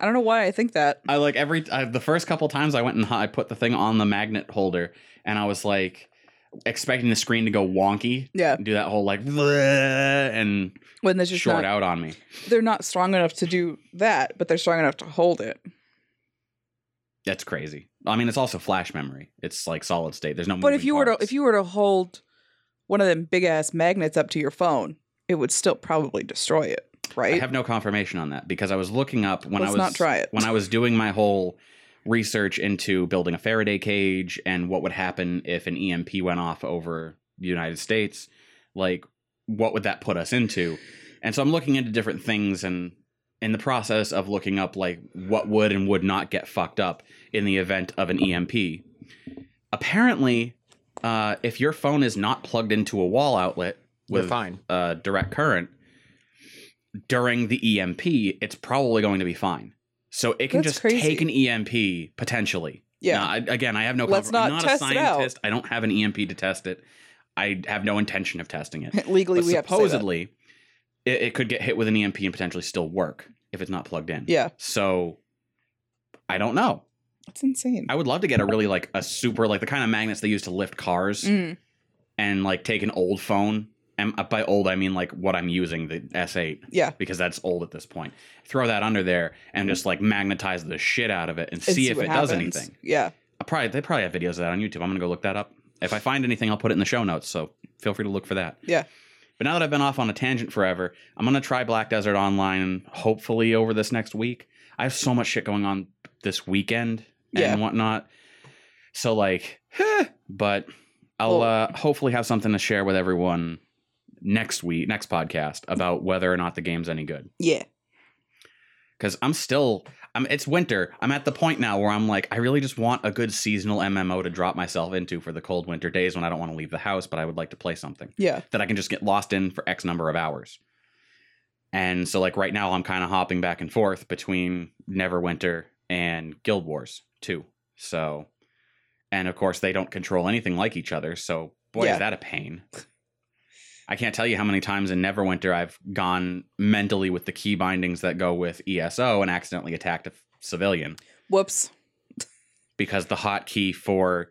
I don't know why I think that. I like every I, the first couple times I went and I put the thing on the magnet holder, and I was like expecting the screen to go wonky, Yeah, do that whole like [LAUGHS] "Bleh," and when there's just short not, out on me. they're not strong enough to do that, but they're strong enough to hold it. That's crazy. I mean, it's also flash memory. It's like solid state. There's no. But if moving you were to parts. if you were to hold one of them big ass magnets up to your phone, it would still probably destroy it, right? I have no confirmation on that because I was looking up when I Let's was not try it. when I was doing my whole research into building a Faraday cage and what would happen if an EMP went off over the United States, like what would that put us into? And so I'm looking into different things and in the process of looking up like what would and would not get fucked up in the event of an EMP. Apparently, uh, if your phone is not plugged into a wall outlet You're with fine. uh, direct current during the EMP, it's probably going to be fine. So it can That's just crazy. take an EMP potentially. yeah, Now, I, again, I have no. Let's confir- not I'm not test a it out. scientist. I don't have an EMP to test it. I have no intention of testing [LAUGHS] it. legally But we supposedly, supposedly, it, it could get hit with an EMP and potentially still work if it's not plugged in. Yeah, So I don't know. it's insane. I would love to get a really like a super like the kind of magnets they use to lift cars Mm, and like take an old phone. And by old, I mean like what I'm using, the S8, yeah, because that's old at this point. Throw that under there and just like magnetize the shit out of it and, and see, if what it does happens. anything. Yeah, I probably they probably have videos of that on YouTube. I'm gonna go look that up. If I find anything, I'll put it in the show notes. So feel free to look for that. Yeah. But now that I've been off on a tangent forever, I'm gonna try Black Desert Online. Hopefully over this next week. I have so much shit going on this weekend and Yeah. whatnot. So like, but I'll Well- uh, hopefully have something to share with everyone next week, next podcast about whether or not the game's any good. yeah. because I'm still I'm it's winter. I'm at the point now where I'm like I really just want a good seasonal MMO to drop myself into for the cold winter days when I don't want to leave the house, but I would like to play something Yeah. that I can just get lost in for X number of hours. And so like right now I'm kind of hopping back and forth between Neverwinter and Guild Wars 2. So and of course they don't control anything like each other, so boy Yeah. is that a pain. I can't tell you how many times in Neverwinter I've gone mentally with the key bindings that go with ESO and accidentally attacked a f- civilian [LAUGHS] Whoops. because the hotkey for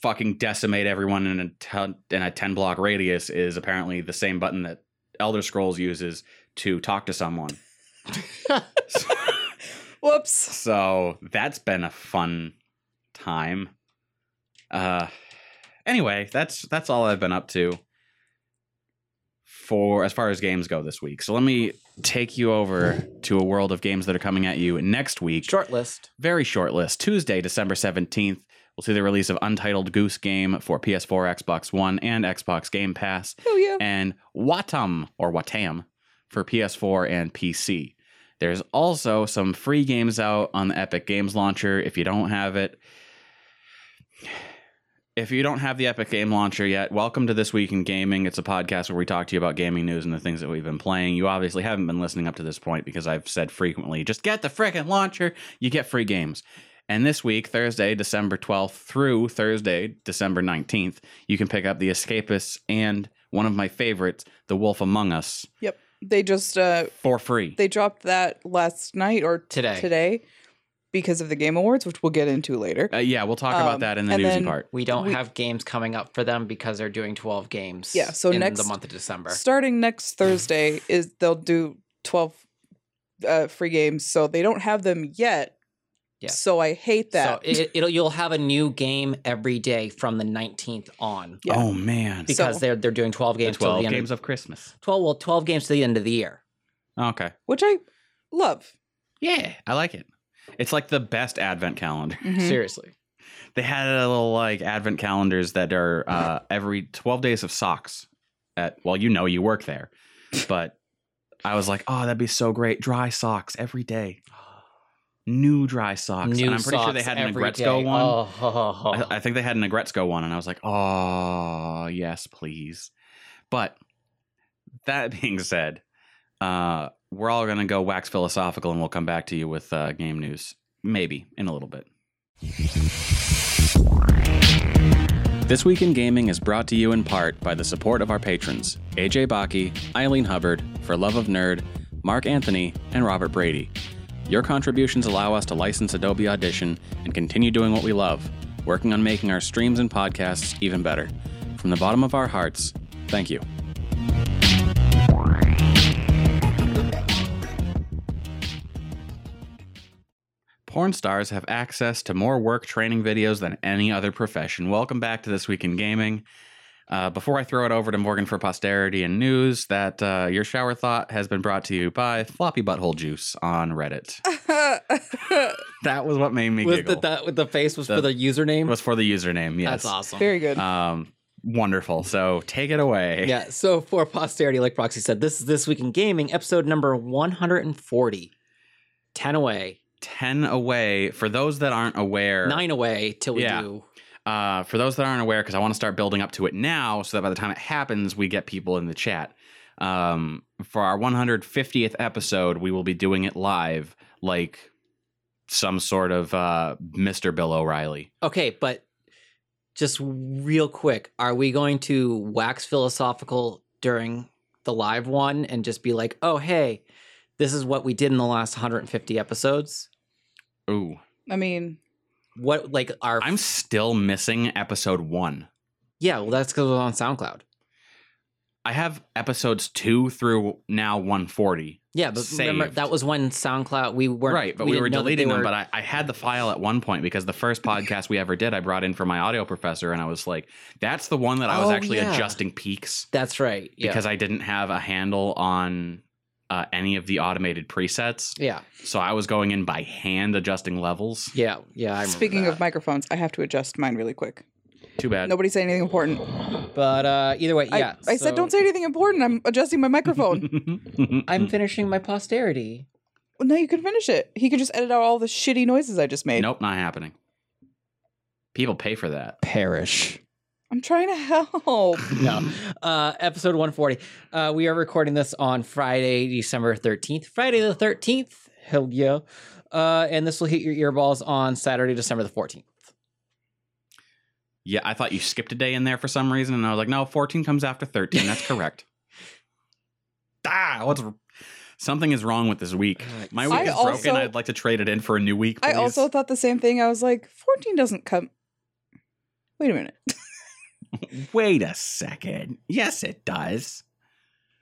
fucking decimate everyone in a ton, in a 10 block radius is apparently the same button that Elder Scrolls uses to talk to someone. Whoops. so that's been a fun time. Uh anyway, that's that's all I've been up to for as far as games go this week. So let me take you over to a world of games that are coming at you next week Short list. very short list. Tuesday, December 17th, we'll see the release of Untitled Goose Game for PS4, Xbox One, and Xbox Game Pass, Oh yeah. and Watam or Watam for PS4 and PC. There's also some free games out on the Epic Games Launcher if you don't have it. If you don't have the Epic Game Launcher yet, welcome to This Week in Gaming. It's a podcast where we talk to you about gaming news and the things that we've been playing. You obviously haven't been listening up to this point because I've said frequently, just get the frickin' launcher, you get free games. And this week, Thursday, December 12th through Thursday, December 19th, you can pick up The Escapists and one of my favorites, The Wolf Among Us, They just uh for free. they dropped that last night or Today. today because of the game awards, which we'll get into later. Uh, yeah, we'll talk Um, about that in the and newsy then- part. We don't We- have games coming up for them because they're doing 12 games Yeah, so in next- the month of December. Starting next Thursday [LAUGHS] is they'll do twelve uh, free games, so they don't have them yet. Yeah. So I hate that. So it, it'll you'll have a new game every day from the 19th on yeah. Oh man, because So- they're they're doing 12 the games till twelve the end games of, of Christmas. 12 well 12 games to the end of the year. Okay, which I love. yeah, I like it. It's like the best advent calendar. [LAUGHS] Mhm. Seriously. They had a little like advent calendars that are uh, every twelve days of socks. At well, you know, you work there, but I was like, oh, that'd be so great. Dry socks every [GASPS] day. New dry socks. New and I'm pretty sure they socks had an every Agretzko day. one. Oh, ho, ho, ho. I, I think they had an Agretzko one, and I was like, oh, yes, please. But that [LAUGHS] being said, uh, we're all going to go wax philosophical, and we'll come back to you with uh, game news, maybe in a little bit. This Week in Gaming is brought to you in part by the support of our patrons AJ Baki, Eileen Hubbard, For Love of Nerd, Mark Anthony, and Robert Brady. Your contributions allow us to license Adobe Audition and continue doing what we love, working on making our streams and podcasts even better. From the bottom of our hearts, thank you. Porn stars have access to more work training videos than any other profession. Welcome back to This Week in Gaming. Uh, before I throw it over to Morgan for posterity and news, that uh, your shower thought has been brought to you by Floppy Butthole Juice on [LAUGHS] Reddit. that was what made me was giggle. the, that [LAUGHS] with the face was The- for the username? was for the username. Yes, That's [LAUGHS] awesome. Very good. Um, wonderful. So take it away. yeah, so for posterity, like Proxy said, this is This Week in Gaming, episode number 140. 10 away, Ten away for those that aren't aware. 9 away till we Yeah. do. Uh, for those that aren't aware, because I want to start building up to it now, so that by the time it happens, we get people in the chat. Um, for our 150th episode, we will be doing it live, like some sort of uh, Mr. Bill O'Reilly. Okay, but just real quick, are we going to wax philosophical during the live one and just be like, oh, hey, this is what we did in the last 150 episodes? Ooh, I mean, What, like, our. I'm still missing episode one. yeah, well, that's because it was on SoundCloud. I have episodes two through now 140. Yeah, but remember, Saved. that was when SoundCloud, we weren't. right, but we, didn't were know that they deleting them. were- But I, I had the file at one point because the first podcast we ever did, I brought in for my audio professor, and I was like, "That's the one that I was Oh, actually yeah. adjusting peaks That's right. Yeah. because I didn't have a handle on uh, any of the automated presets, yeah. so I was going in by hand adjusting levels. Yeah. Yeah. I remember speaking that. of microphones, I have to adjust mine really quick. Too bad. Nobody say anything important. But uh, either way, I, yeah. [LAUGHS] [LAUGHS] I Mm. said don't say anything important. I'm adjusting my microphone. I'm finishing my posterity. Well, no, you could finish it. He could just edit out all the shitty noises I just made. Nope, not happening. People pay for that. Perish. I'm trying to [LAUGHS] help. No. [LAUGHS] Uh, episode 140. Uh, we are recording this on Friday, December 13th. Friday the 13th. Hell yeah. Uh, and this will hit your earballs on Saturday, December the 14th. [LAUGHS] Yeah, I thought you skipped a day in there for some reason, and I was like, no, 14 comes after 13. That's [LAUGHS] correct. ah, what's something is wrong with this week? Alright. My I week is Uh, also- broken. I'd like to trade it in for a new week. I please. also thought the same thing. I was like, 14 doesn't come. Wait a minute. wait a second. Yes, it does.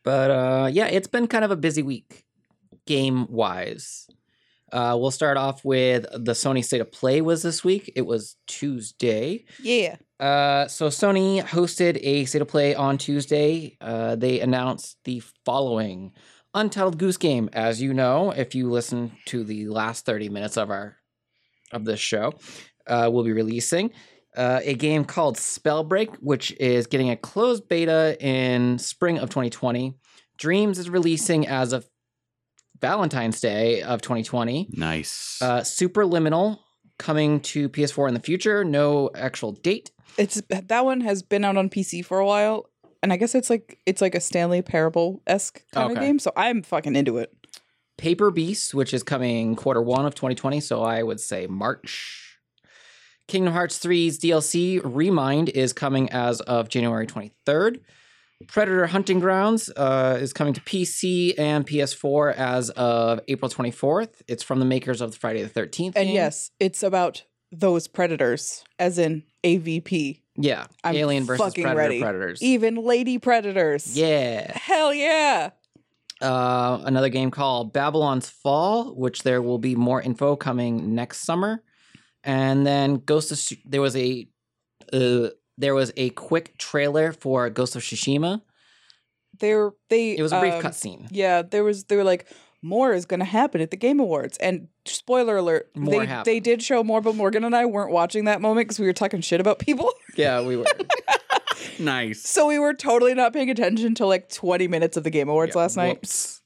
But uh, yeah, it's been kind of a busy week game wise. Uh, we'll start off with the Sony State of Play was this week. It was Tuesday. Yeah. Uh, so Sony hosted a state of play on Tuesday. Uh, they announced the following Untitled Goose Game. As you know, if you listen to the last thirty minutes of our of this show, uh, we'll be releasing uh, a game called Spellbreak, which is getting a closed beta in spring of 2020. Dreams is releasing as of Valentine's Day of 2020. Nice. Uh, Superliminal coming to PS4 in the future. No actual date. It's that one has been out on PC for a while. And I guess it's like it's like a Stanley Parable esque kind of Okay. game. So I'm fucking into it. Paper Beast, which is coming quarter one of 2020, so I would say March. Kingdom Hearts 3's DLC Remind is coming as of January 23rd. Predator Hunting Grounds uh, is coming to PC and PS4 as of April 24th. It's from the makers of the Friday the 13th. And game. yes, it's about those predators, as in AVP. yeah, I'm Alien versus fucking Predator ready. Predators. Even lady predators. yeah. Hell yeah. Uh, another game called Babylon's Fall, which there will be more info coming next summer. And then Ghost of Tsu- there was a uh, there was a quick trailer for Ghost of Tsushima. They're they It was a brief um, cutscene. [LAUGHS] Yeah, there was they were like more is going to happen at the Game Awards and spoiler alert More they happened. they did show more but Morgan and I weren't watching that moment cuz we were talking shit about people. [LAUGHS] Yeah, we were nice. So we were totally not paying attention to like 20 minutes of the Game Awards Yeah, last night. whoops.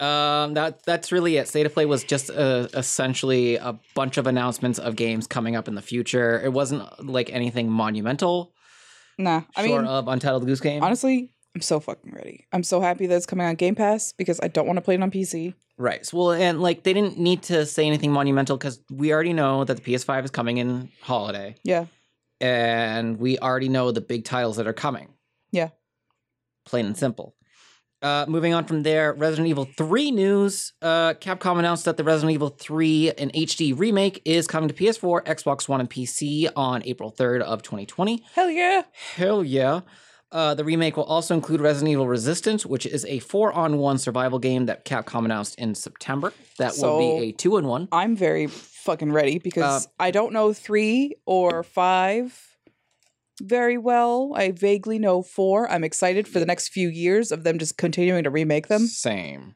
Um, that that's really it. State of Play was just uh, essentially a bunch of announcements of games coming up in the future. It wasn't like anything monumental. Nah, I short mean of Untitled Goose Game. honestly, I'm so fucking ready. I'm so happy that it's coming on Game Pass because I don't want to play it on PC. Right. So, well, and like they didn't need to say anything monumental because we already know that the PS5 is coming in holiday, Yeah. and we already know the big titles that are coming. Yeah. Plain and simple. Uh, moving on from there, Resident Evil 3 news. Uh, Capcom announced that the Resident Evil 3 and HD remake is coming to PS4, Xbox One, and PC on April 3rd of 2020. Hell yeah. Hell yeah. Uh, the remake will also include Resident Evil Resistance, which is a four on one survival game that Capcom announced in September. That will So- be a two in one. I'm very fucking ready because Uh, I don't know three or five very well. I vaguely know four. I'm excited for the next few years of them just continuing to remake them Same.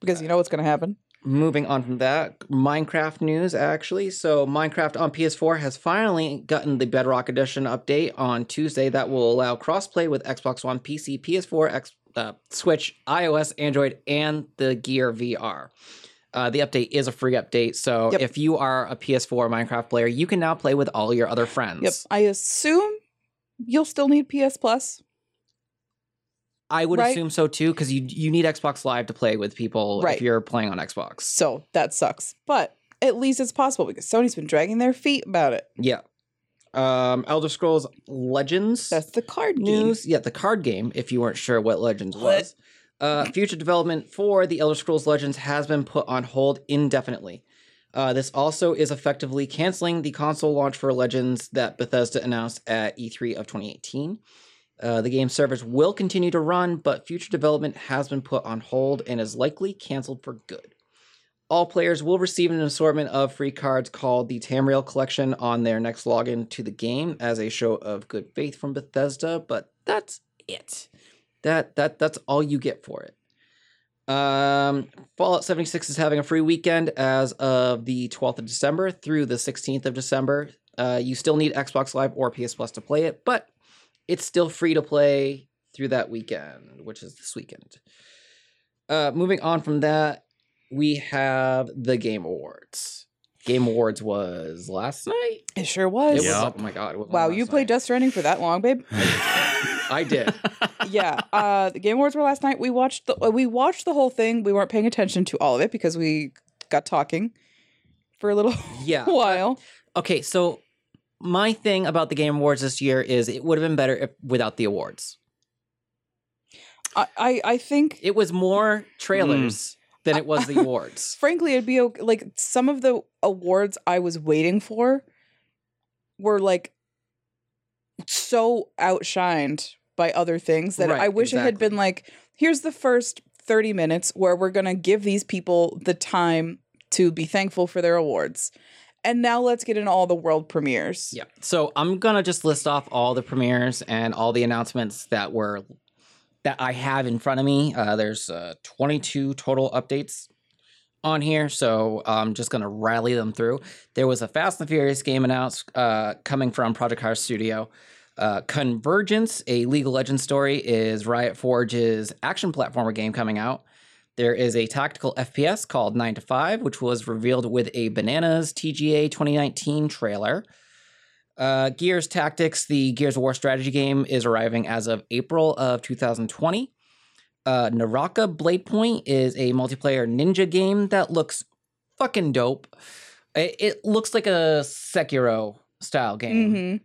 because you know what's going to happen. Moving on from that, Minecraft news actually. So, Minecraft on PS4 has finally gotten the Bedrock Edition update on Tuesday that will allow crossplay with Xbox One, PC, PS4, X, uh, Switch, iOS, Android, and the Gear VR. Uh, the update is a free update, so Yep. if you are a PS4 Minecraft player, you can now play with all your other friends. Yep. I assume you'll still need PS Plus. I would Right. assume so too, because you you need Xbox Live to play with people Right. if you're playing on Xbox. So that sucks. But at least it's possible because Sony's been dragging their feet about it. Yeah. Um, Elder Scrolls Legends That's the card news. news. Yeah, the card game. If you weren't sure what Legends What? was, uh, future development for the Elder Scrolls Legends has been put on hold indefinitely. Uh, this also is effectively canceling the console launch for Legends that Bethesda announced at E3 of 2018. Uh, the game servers will continue to run, but future development has been put on hold and is likely canceled for good. All players will receive an assortment of free cards called the Tamriel Collection on their next login to the game as a show of good faith from Bethesda, but that's it. That that that's all you get for it. Um, Fallout 76 is having a free weekend as of the 12th of December through the 16th of December. Uh, you still need Xbox Live or PS Plus to play it, but it's still free to play through that weekend, which is this weekend. Uh, moving on from that, we have the Game Awards. Game Awards was last night. It sure It was. was, Yep. oh my god! it was Wow, last you played night. Death Stranding for that long, babe? I did. yeah. Uh, the Game Awards were last night. We watched the uh, we watched the whole thing. We weren't paying attention to all of it because we got talking for a little [LAUGHS] Yeah. while. [LAUGHS] Okay, so my thing about the Game Awards this year is it would have been better if without the awards. I, I I think It was more Mm. trailers than it [LAUGHS] was the awards. frankly it'd be okay. like some of the awards I was waiting for were like so outshined by other things that Right, I wish it had exactly. been like here's the first 30 minutes where we're going to give these people the time to be thankful for their awards. And now let's get into all the world premieres. Yeah. So I'm gonna just list off all the premieres and all the announcements that were that I have in front of me. Uh, there's uh, 22 total updates on here, so I'm just gonna rally them through. There was a Fast and Furious game announced uh, coming from Project Car Studio. Uh, Convergence, a League of Legends story, is Riot Forge's action platformer game coming out. There is a tactical FPS called 9 to 5, which was revealed with a Bananas TGA 2019 trailer. Uh, Gears Tactics, the Gears of War strategy game, is arriving as of April of 2020. Uh, Naraka Blade Point is a multiplayer ninja game that looks fucking dope. It, it looks like a Sekiro style game, Mhm.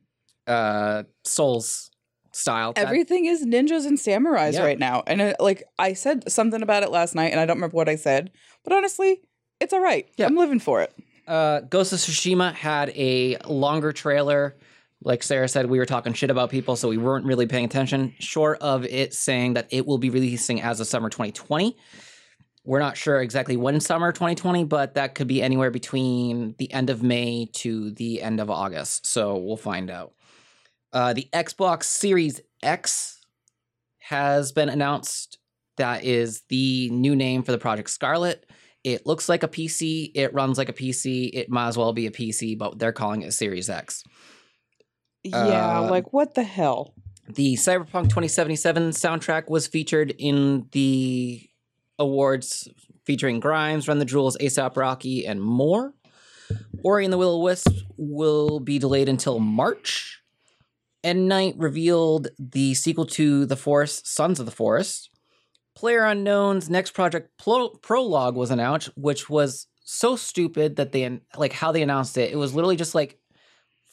uh, Souls style. That- Everything is ninjas and samurais Yeah. right now. And it, like I said something about it last night and I don't remember what I said, but honestly, it's all right. Yeah. I'm living for it. uh, Ghost of Tsushima had a longer trailer. Like Sarah said, we were talking shit about people, so we weren't really paying attention. Short of it saying that it will be releasing as of summer 2020. We're not sure exactly when summer 2020, but that could be anywhere between the end of May to the end of August. So we'll find out. Uh, the Xbox Series X has been announced. That is the new name for the Project Scarlet. It looks like a PC. It runs like a PC. It might as well be a PC, but they're calling it Series X. Yeah, Uh, like what the hell? The Cyberpunk 2077 soundtrack was featured in the awards featuring Grimes, Run the Jewels, ASAP Rocky, and more. Ori and the Will O Wisp will be delayed until March. End Night revealed the sequel to The Forest, Sons of the Forest. Player Unknown's next project Plo- prologue was announced, which was so stupid that they like how they announced it. It was literally just like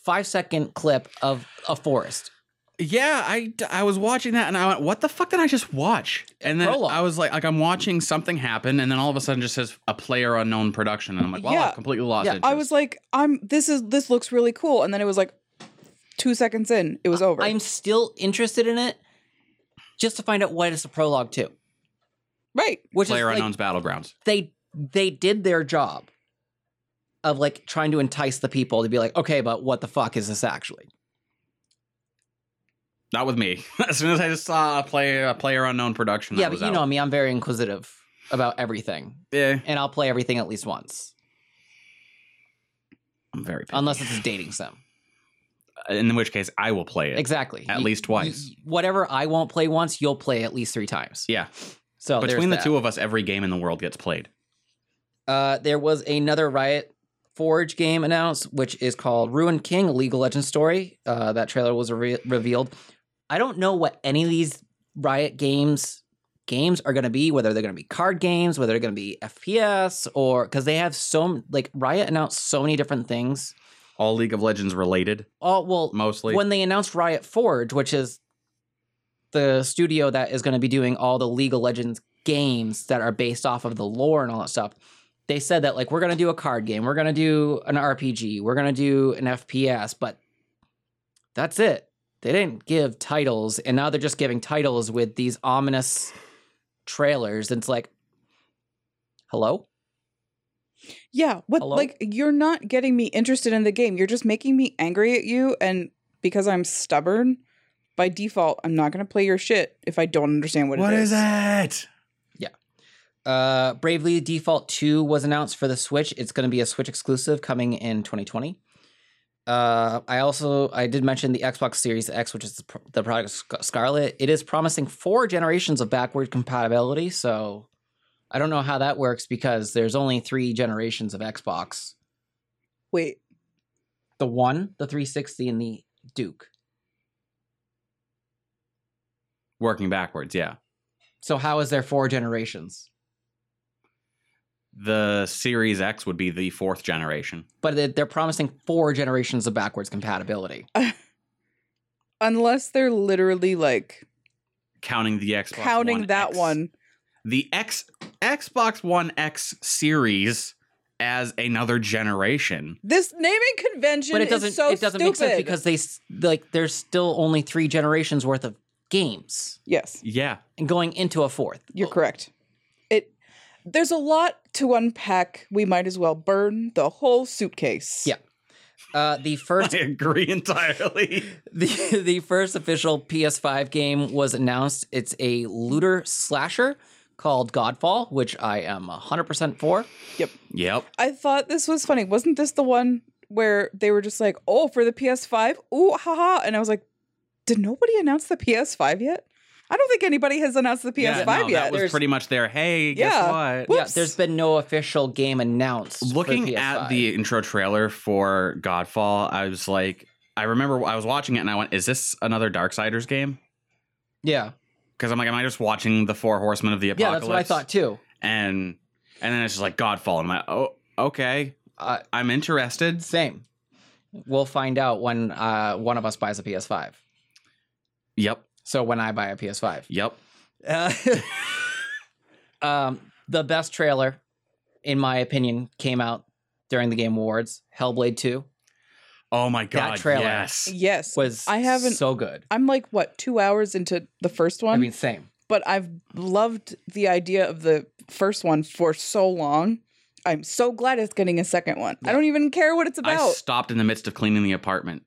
five second clip of a forest. Yeah, I, I was watching that and I went, "What the fuck did I just watch?" And then Prologue. I was like, "Like I'm watching something happen," and then all of a sudden, just says a player unknown production, and I'm like, "Well, Yeah. I've completely lost Yeah, it." I was like, I'm this is this looks really cool. And then it was like two seconds in, it was over. I'm still interested in it just to find out what it's a prologue to. right. Which player is like, unknown's battlegrounds. they they did their job of like trying to entice the people to be like, okay, but what the fuck is this actually? Not with me. [LAUGHS] As soon as I just saw a player a player unknown production, yeah, I but was you out. know me, I'm very inquisitive about everything. Yeah, And I'll play everything at least once. I'm very picky. Unless it's a dating sim. in which case I will play it Exactly. at You- least twice. you- whatever I won't play once, you'll play at least three times. yeah, So Oh, there's between the that. two of us, every game in the world gets played. Uh, there was another Riot Forge game announced, which is called Ruin King: A League of Legends Story. Uh, that trailer was re- revealed. I don't know what any of these Riot games games are going to be. Whether they're going to be card games, whether they're going to be FPS, or because they have so m- like Riot announced so many different things. All League of Legends related, Oh well, mostly. when they announced Riot Forge, which is the studio that is going to be doing all the League of Legends games that are based off of the lore and all that stuff, they said that like we're going to do a card game, we're going to do an RPG, we're going to do an FPS, but that's it. They didn't give titles, and now they're just giving titles with these ominous trailers. And it's like, hello, Yeah. What Hello? like you're not getting me interested in the game. You're just making me angry at you. And because I'm stubborn, by default, I'm not gonna play your shit if I don't understand what, what it is is. it? Uh, Bravely Default 2 was announced for the Switch. It's going to be a Switch exclusive coming in 2020. Uh, I also I did mention the Xbox Series X, which is the, pro- the product Sc- Scarlet. It is promising four generations of backward compatibility, so I don't know how that works because there's only three generations of Xbox: Wait, the One, the 360, and the Duke. Working backwards, yeah. So how is there four generations? The Series X would be the fourth generation. But they- they're promising four generations of backwards compatibility. unless they're literally like Counting the Xbox. counting One that X. one. The X Xbox One X series as another generation. This naming convention But it doesn't. is so it doesn't stupid. make sense because they s- like there's still only three generations worth of games, yes, Yeah. [LAUGHS] and going into a fourth. Oh. you're correct. It there's a lot to unpack. We might as well burn the whole suitcase. Yeah. Uh, the [LAUGHS] first I agree entirely. the the first official PS5 game was announced. It's a looter slasher called Godfall, which I am 100% for. yep. I thought this was funny. Wasn't this the one where they were just like, "Oh, for the PS5, ooh, haha," and I was like, "Did nobody announce the PS5 yet?" I don't think anybody has announced the PS5 Yeah, no, yet. That was There's- pretty much their hey, Yeah. guess what? Whoop. Yeah, Whoops. there's been no official game announced. for Looking PS5. at the intro trailer for Godfall, I was like, I remember I was watching it and I went, is this another Darksiders game? yeah, Because I'm like, am I just watching the Four Horsemen of the yeah, Apocalypse? that's what I thought too. And and then it's just like Godfall. And I'm like, oh, okay. Uh, I'm interested. same. We'll find out when uh, one of us buys a PS5. Yep. So when I buy a PS5. Yep. Uh, [LAUGHS] um, the best trailer, in my opinion, came out during the Game Awards. Hellblade Two Oh my god. trailer. Yes. yes. was I haven't- so good. I'm like what two hours into the first one, I mean, same. but I've loved the idea of the first one for so long. I'm so glad it's getting a second one. I Yeah. don't even care what it's I about. stopped in the midst of cleaning the apartment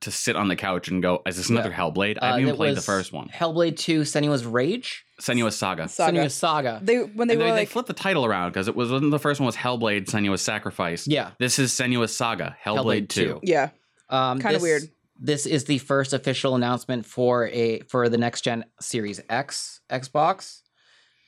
to sit on the couch and go, is this another Hellblade? I Uh, haven't even that played the was first one. Hellblade 2, Senua's Rage, Senua's Saga. Saga. Senua's Saga. They when they and were they, they like, flipped the title around because it was wasn't the first one was Hellblade, Senua's Sacrifice. Yeah, This is Senua's Saga, Hellblade, Hellblade 2. 2. yeah, um, Kinda this- weird. This is the first official announcement for a for the next gen Series X Xbox.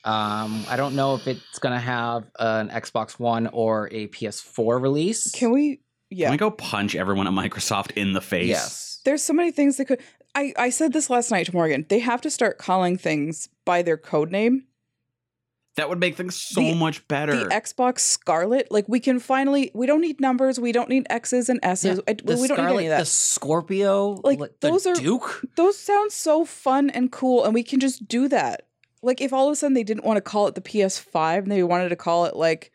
Um, I don't know if it's gonna have an Xbox One or a PS4 release. can we? Yeah, Can we go punch everyone at Microsoft in the face? Yes. There's so many things they could. I, I said this last night to Morgan. They have to start calling things by their code name. That would make things so The- much better. The Xbox Scarlet, like we can finally, we don't need numbers, we don't need X's and S's. Yeah, I- we The don't Scarlet, need any of the that. Scorpio, Like, li- those the are- Duke. Those sound so fun and cool, and we can just do that. Like if all of a sudden they didn't want to call it the PS5 and they wanted to call it like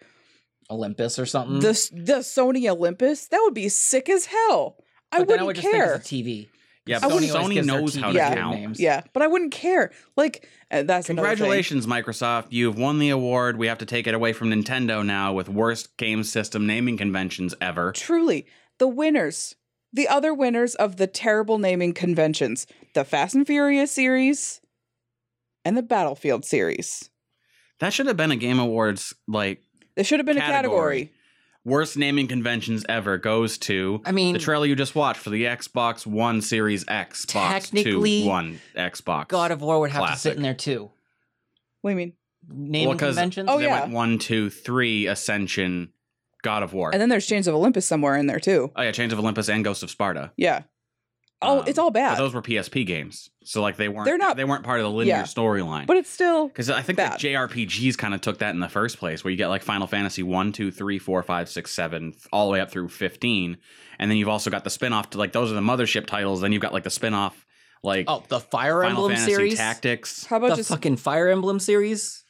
Olympus or something. the the Sony Olympus, that would be sick as hell. I But then wouldn't would just think care. it's a TV. yeah, I but wouldn't- always Sony gives their knows how to TV weird count. names. yeah, but I wouldn't care. Like uh, that's another thing. Congratulations, Microsoft. You've won the award. We have to take it away from Nintendo now with worst game system naming conventions ever. Truly, the winners, the other winners of the terrible naming conventions, the Fast and Furious series and the Battlefield series. That should have been a Game Awards, like, There should have been a Category. category. worst naming conventions ever goes to I mean, the trailer you just watched for the Xbox One Series X, Box 2, Technically, 1, Xbox. God of War would have to Classic. sit in there too. What do you mean? Naming Well, 'cause conventions. Oh, they yeah. went 1, 2, 3, Ascension, God of War. And then there's Chains of Olympus somewhere in there too. oh, yeah, Chains of Olympus and Ghost of Sparta. Yeah. Oh, Um, it's all But bad. those were PSP games. So, like, they weren't, They're not- they weren't part of the linear Yeah. storyline. but it's still Because I think Bad. that JRPGs kind of took that in the first place, where you get like Final Fantasy 1, 2, 3, 4, 5, 6, 7, all the way up through 15. And then you've also got the spin off to like, those are the mothership titles. Then you've got like the spin off, like Oh, the Fire Final Emblem Fantasy series. Tactics. how the about just fucking Fire Emblem series.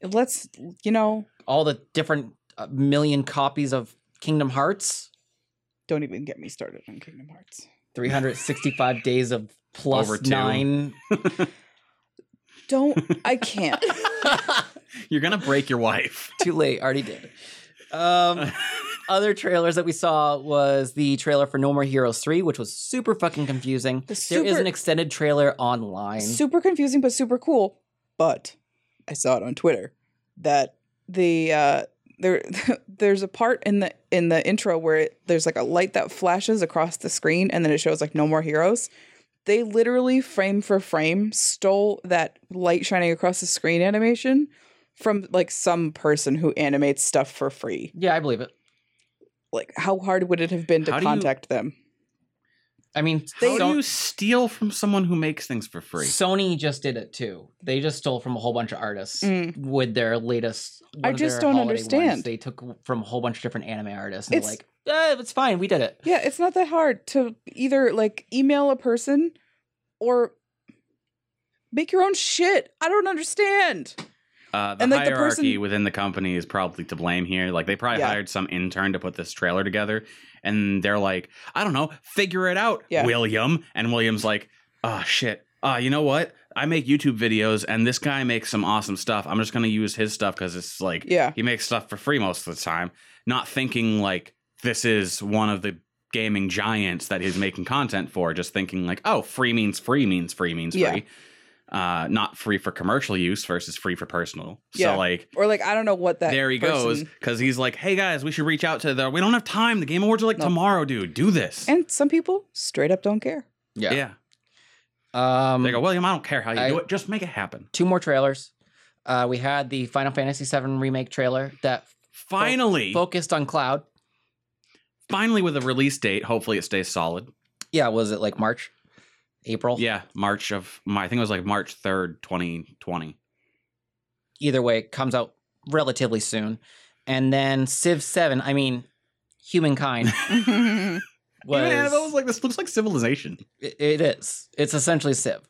let's you know, All the different uh, million copies of Kingdom Hearts. don't even get me started on Kingdom Hearts. 365 days of plus Over two. nine. Don't I can't. [LAUGHS] You're going to break your wife. Too late. Already did. Um, other trailers that we saw was the trailer for No More Heroes 3, which was super fucking confusing. The there is super- an extended trailer online. super confusing but super cool. But I saw it on Twitter that the uh, there [LAUGHS] there's a part in the in the intro where it, there's like a light that flashes across the screen and then it shows like no more heroes. They literally frame for frame stole that light shining across the screen animation from like some person who animates stuff for free. Yeah, I believe it. Like, how hard would it have been to How do you- contact them? I mean, They- How Son- do you steal from someone who makes things for free? Sony just did it too. They just stole from a whole bunch of artists Mm. with their latest. one I of just their don't holiday ones. understand. They took from a whole bunch of different anime artists and they're It's- like, eh, it's fine. We did it. Yeah, it's not that hard to either like email a person or make your own shit. I don't understand. Uh, the And, like, the hierarchy person- within the company is probably to blame here. Like they probably Yeah. hired some intern to put this trailer together, and they're like, I don't know, figure it out, Yeah. William. And William's like, oh shit, uh, you know what? I make YouTube videos, and this guy makes some awesome stuff. I'm just gonna use his stuff because it's like Yeah. he makes stuff for free most of the time, not thinking like this is one of the gaming giants that he's making content for, just thinking like, oh, free means free means free means free. Yeah. Uh, not free for commercial use versus free for personal. Yeah. So like Or like I don't know what that there he goes person- because he's like, hey guys, we should reach out to the. We don't have time. The Game Awards are like No. tomorrow, dude. Do this. And some people straight up don't [LAUGHS] care. yeah. Um, they go, William. I don't care how you I- do it. Just make it happen. two more trailers. Uh, we had the Final Fantasy VII remake trailer that Finally, focused on Cloud. finally with a release date. Hopefully, it stays solid. Yeah, was it like March, April? Yeah, March of my. I think it was like March third, twenty twenty. Either way, it comes out relatively soon. And then Civ Seven. I mean, [LAUGHS] Humankind Oh, was. Even Annabelle was like, this looks like civilization. It- it is. It's essentially Civ.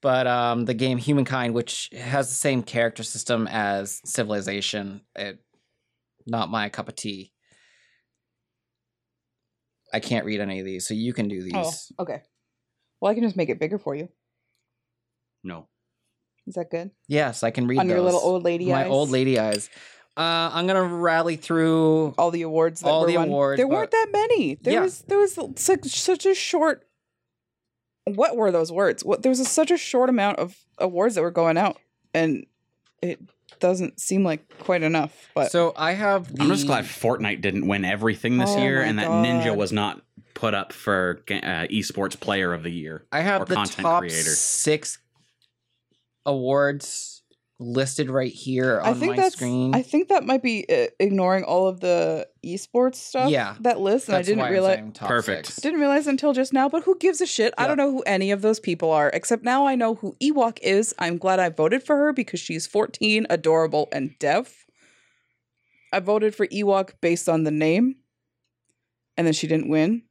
But um, the game Humankind, which has the same character system as Civilization, it, not my cup of tea. I can't read any of these, so you can do these. oh, okay. Well, I can just make it bigger for you. No. Is that good? Yes, I can read On your little those. old lady my eyes. old lady eyes. Uh, I'm gonna rally through. all the awards that All were the won. awards, there but- weren't that many there Yeah. was there was such, such a short what were those words what there was a, such a short amount of awards that were going out and it doesn't seem like quite enough but So I have. The, I'm just glad Fortnite didn't win everything this Oh year, my and that God. Ninja was not put up for ga- uh, esports player of the year. I or have the content top creator. six awards listed right here on I think my that's screen. I think that might be uh, ignoring all of the esports stuff Yeah. that list and That's I didn't why I'm realize saying top Perfect. six. didn't realize until just now but who gives a shit I Yeah. don't know who any of those people are except now I know who Ewok is I'm glad I voted for her because she's 14 adorable and deaf I voted for Ewok based on the name and then she didn't win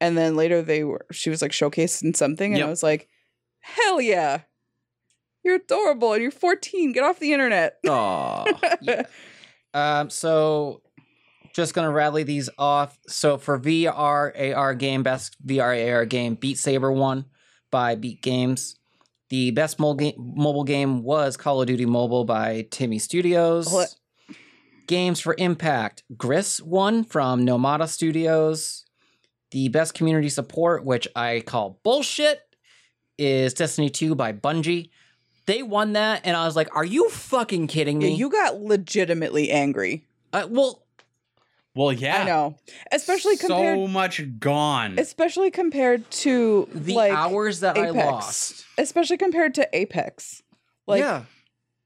and then later they were she was like showcasing something and Yep. I was like hell yeah you're adorable and you're 14 get off the internet Aw. Yeah. Um, so just gonna rally these off. So for VR AR game, best VR AR game, Beat Saber won by Beat Games. The best mobile game, mobile game was Call of Duty Mobile by Timmy Studios. What? Games for Impact, Gris won from Nomada Studios. The best community support, which I call bullshit, is Destiny 2 by Bungie. They won that, and I was like, "Are you fucking kidding Mm-hmm. Yeah, me?" you got legitimately angry. Uh, well, well, yeah. I know, especially compared, So much gone. especially compared to the like, hours that I Apex. lost. especially compared to Apex, like yeah,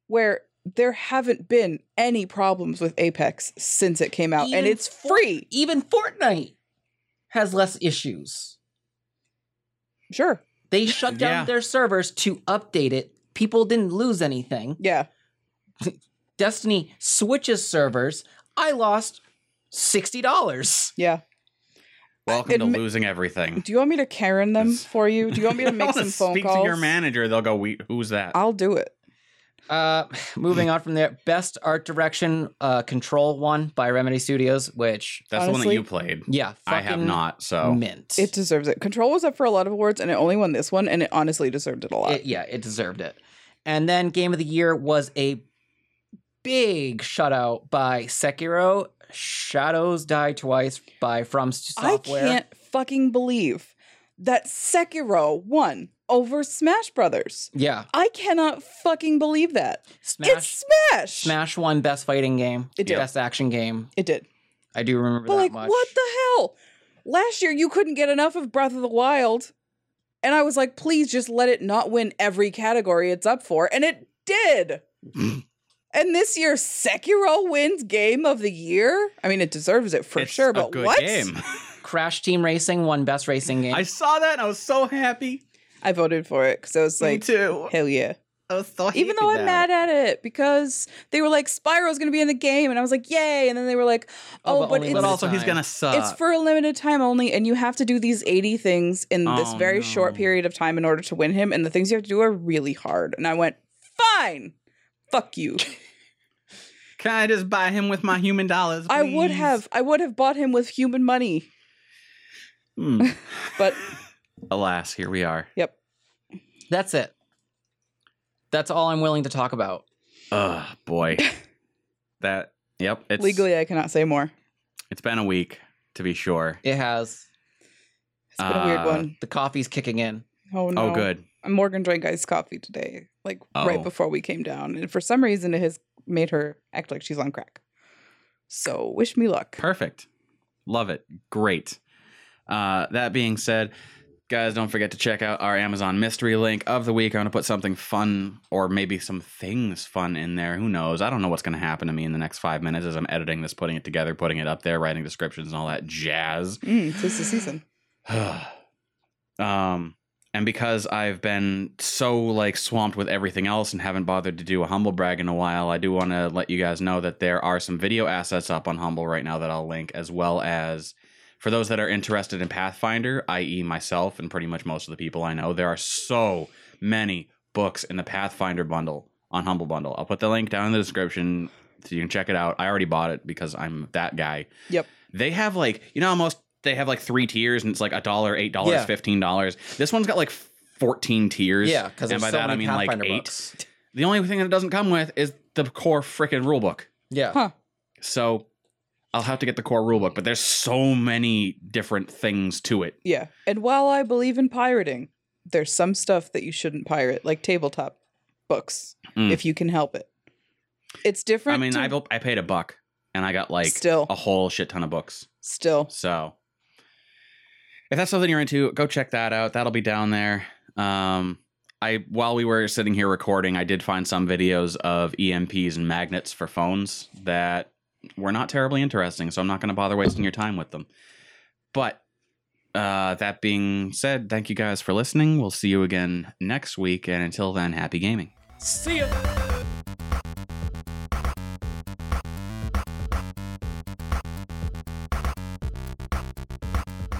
where there haven't been any problems with Apex since it came out, Even and it's Fort- free. even Fortnite has less issues. Sure, They shut down Yeah. their servers to update it. People didn't lose anything. yeah, Destiny switches servers. I lost sixty dollars. yeah. Welcome to admi- losing everything. [LAUGHS] Do you want me to Karen them It's- for you? Do [LAUGHS] you want me to I [LAUGHS] make wanna some phone speak calls? to your manager. They'll go, "We- "Who's that?" I'll do it. Uh, moving on from there, best art direction, uh, Control One by Remedy Studios, which That's the one that honestly, you played. yeah, I have fucking not. So mint. It deserves it. Control was up for a lot of awards, and it only won this one, and it honestly deserved it a lot. It- yeah, it deserved it. And then game of the year was a big shutout by Sekiro. Shadows Die Twice by From I Software. can't fucking believe that Sekiro won over Smash Brothers. Yeah, I cannot fucking believe that. Smash. It's Smash. Smash won best fighting game, It did. best action game. It did. I do remember But that like, much. what the hell? Last year you couldn't get enough of Breath of the Wild, and I was like, please just let it not win every category it's up for, and it did. And this year, Sekiro wins Game of the Year. I mean, it deserves it for It's sure, a but good what? game. [LAUGHS] Crash Team Racing won Best Racing Game. I saw that and I was so happy. I voted for it because I was Me like, too. hell yeah. Mm. I was so Even though happy I'm that. mad at it because they were like, Spyro's going to be in the game. And I was like, yay. And then they were like, Oh, oh, but but, only it's, But also, he's time. gonna suck. it's for a limited time only. And you have to do these 80 things in this Oh, very short no. period of time in order to win him. And the things you have to do are really hard. And I went, fine. [LAUGHS] Fuck you. Can I just buy him with my human dollars? I would please? have. I would have bought him with human money. [LAUGHS] Hmm. But [LAUGHS] Alas, here we are. yep. That's it. That's all I'm willing to talk about. Oh [LAUGHS] boy. that yep. It's Legally, I cannot say more. it's been a week to be sure. It has It's been a weird Uh, one. the coffee's kicking in. Oh no. Oh good. Morgan drank iced coffee today, like Oh. right before we came down, and for some reason it has made her act like she's on crack. So wish me luck. Perfect. Love it. Great. Uh, that being said, guys, don't forget to check out our Amazon mystery link of the week. I'm going to put something fun or maybe some things fun in there. Who knows? I don't know what's going to happen to me in the next five minutes as I'm editing this, putting it together, putting it up there, writing descriptions and all that jazz. Mm, tis the season. [SIGHS] um, and because I've been so like swamped with everything else and haven't bothered to do a humble brag in a while, I do want to let you guys know that there are some video assets up on Humble right now that I'll link, as well as for those that are interested in Pathfinder, i.e., myself and pretty much most of the people I know, there are so many books in the Pathfinder bundle on Humble Bundle. I'll put the link down in the description so you can check it out. I already bought it because I'm that guy. Yep. They have like you know almost they have like three tiers and it's like a dollar, eight dollars, Yeah. fifteen dollars. This one's got like fourteen tiers. Yeah, because and there's by so that I many mean like Pathfinder eight. books. The only thing that it doesn't come with is the core freaking rulebook. Yeah, Huh. So I'll have to get the core rulebook, but there's so many different things to it. Yeah. And while I believe in pirating, there's some stuff that you shouldn't pirate, like tabletop books, Mm. if you can help it. It's different. I mean, to- I built, I paid a buck and I got like Still. a whole shit ton of books. still So if that's something you're into, go check that out. That'll be down there. Um, I while we were sitting here recording, I did find some videos of EMPs and magnets for phones that were not terribly interesting, so I'm not going to bother wasting your time with them. But uh, that being said, thank you guys for listening. We'll see you again next week, and until then, happy gaming. See ya.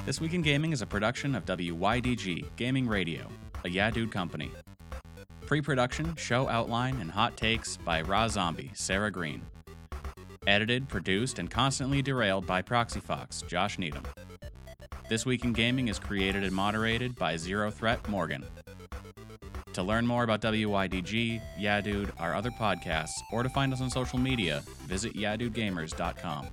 This Week in Gaming is a production of WYDG Gaming Radio, a Yeah Dude company. Pre production, show outline, and hot takes by Raw Zombie, Sarah Green. Edited, produced, and constantly derailed by Proxy Fox, Josh Needham. This Week in Gaming is created and moderated by Zero Threat Morgan. To learn more about WYDG, Yeah Dude, our other podcasts, or to find us on social media, visit YadudeGamers.com.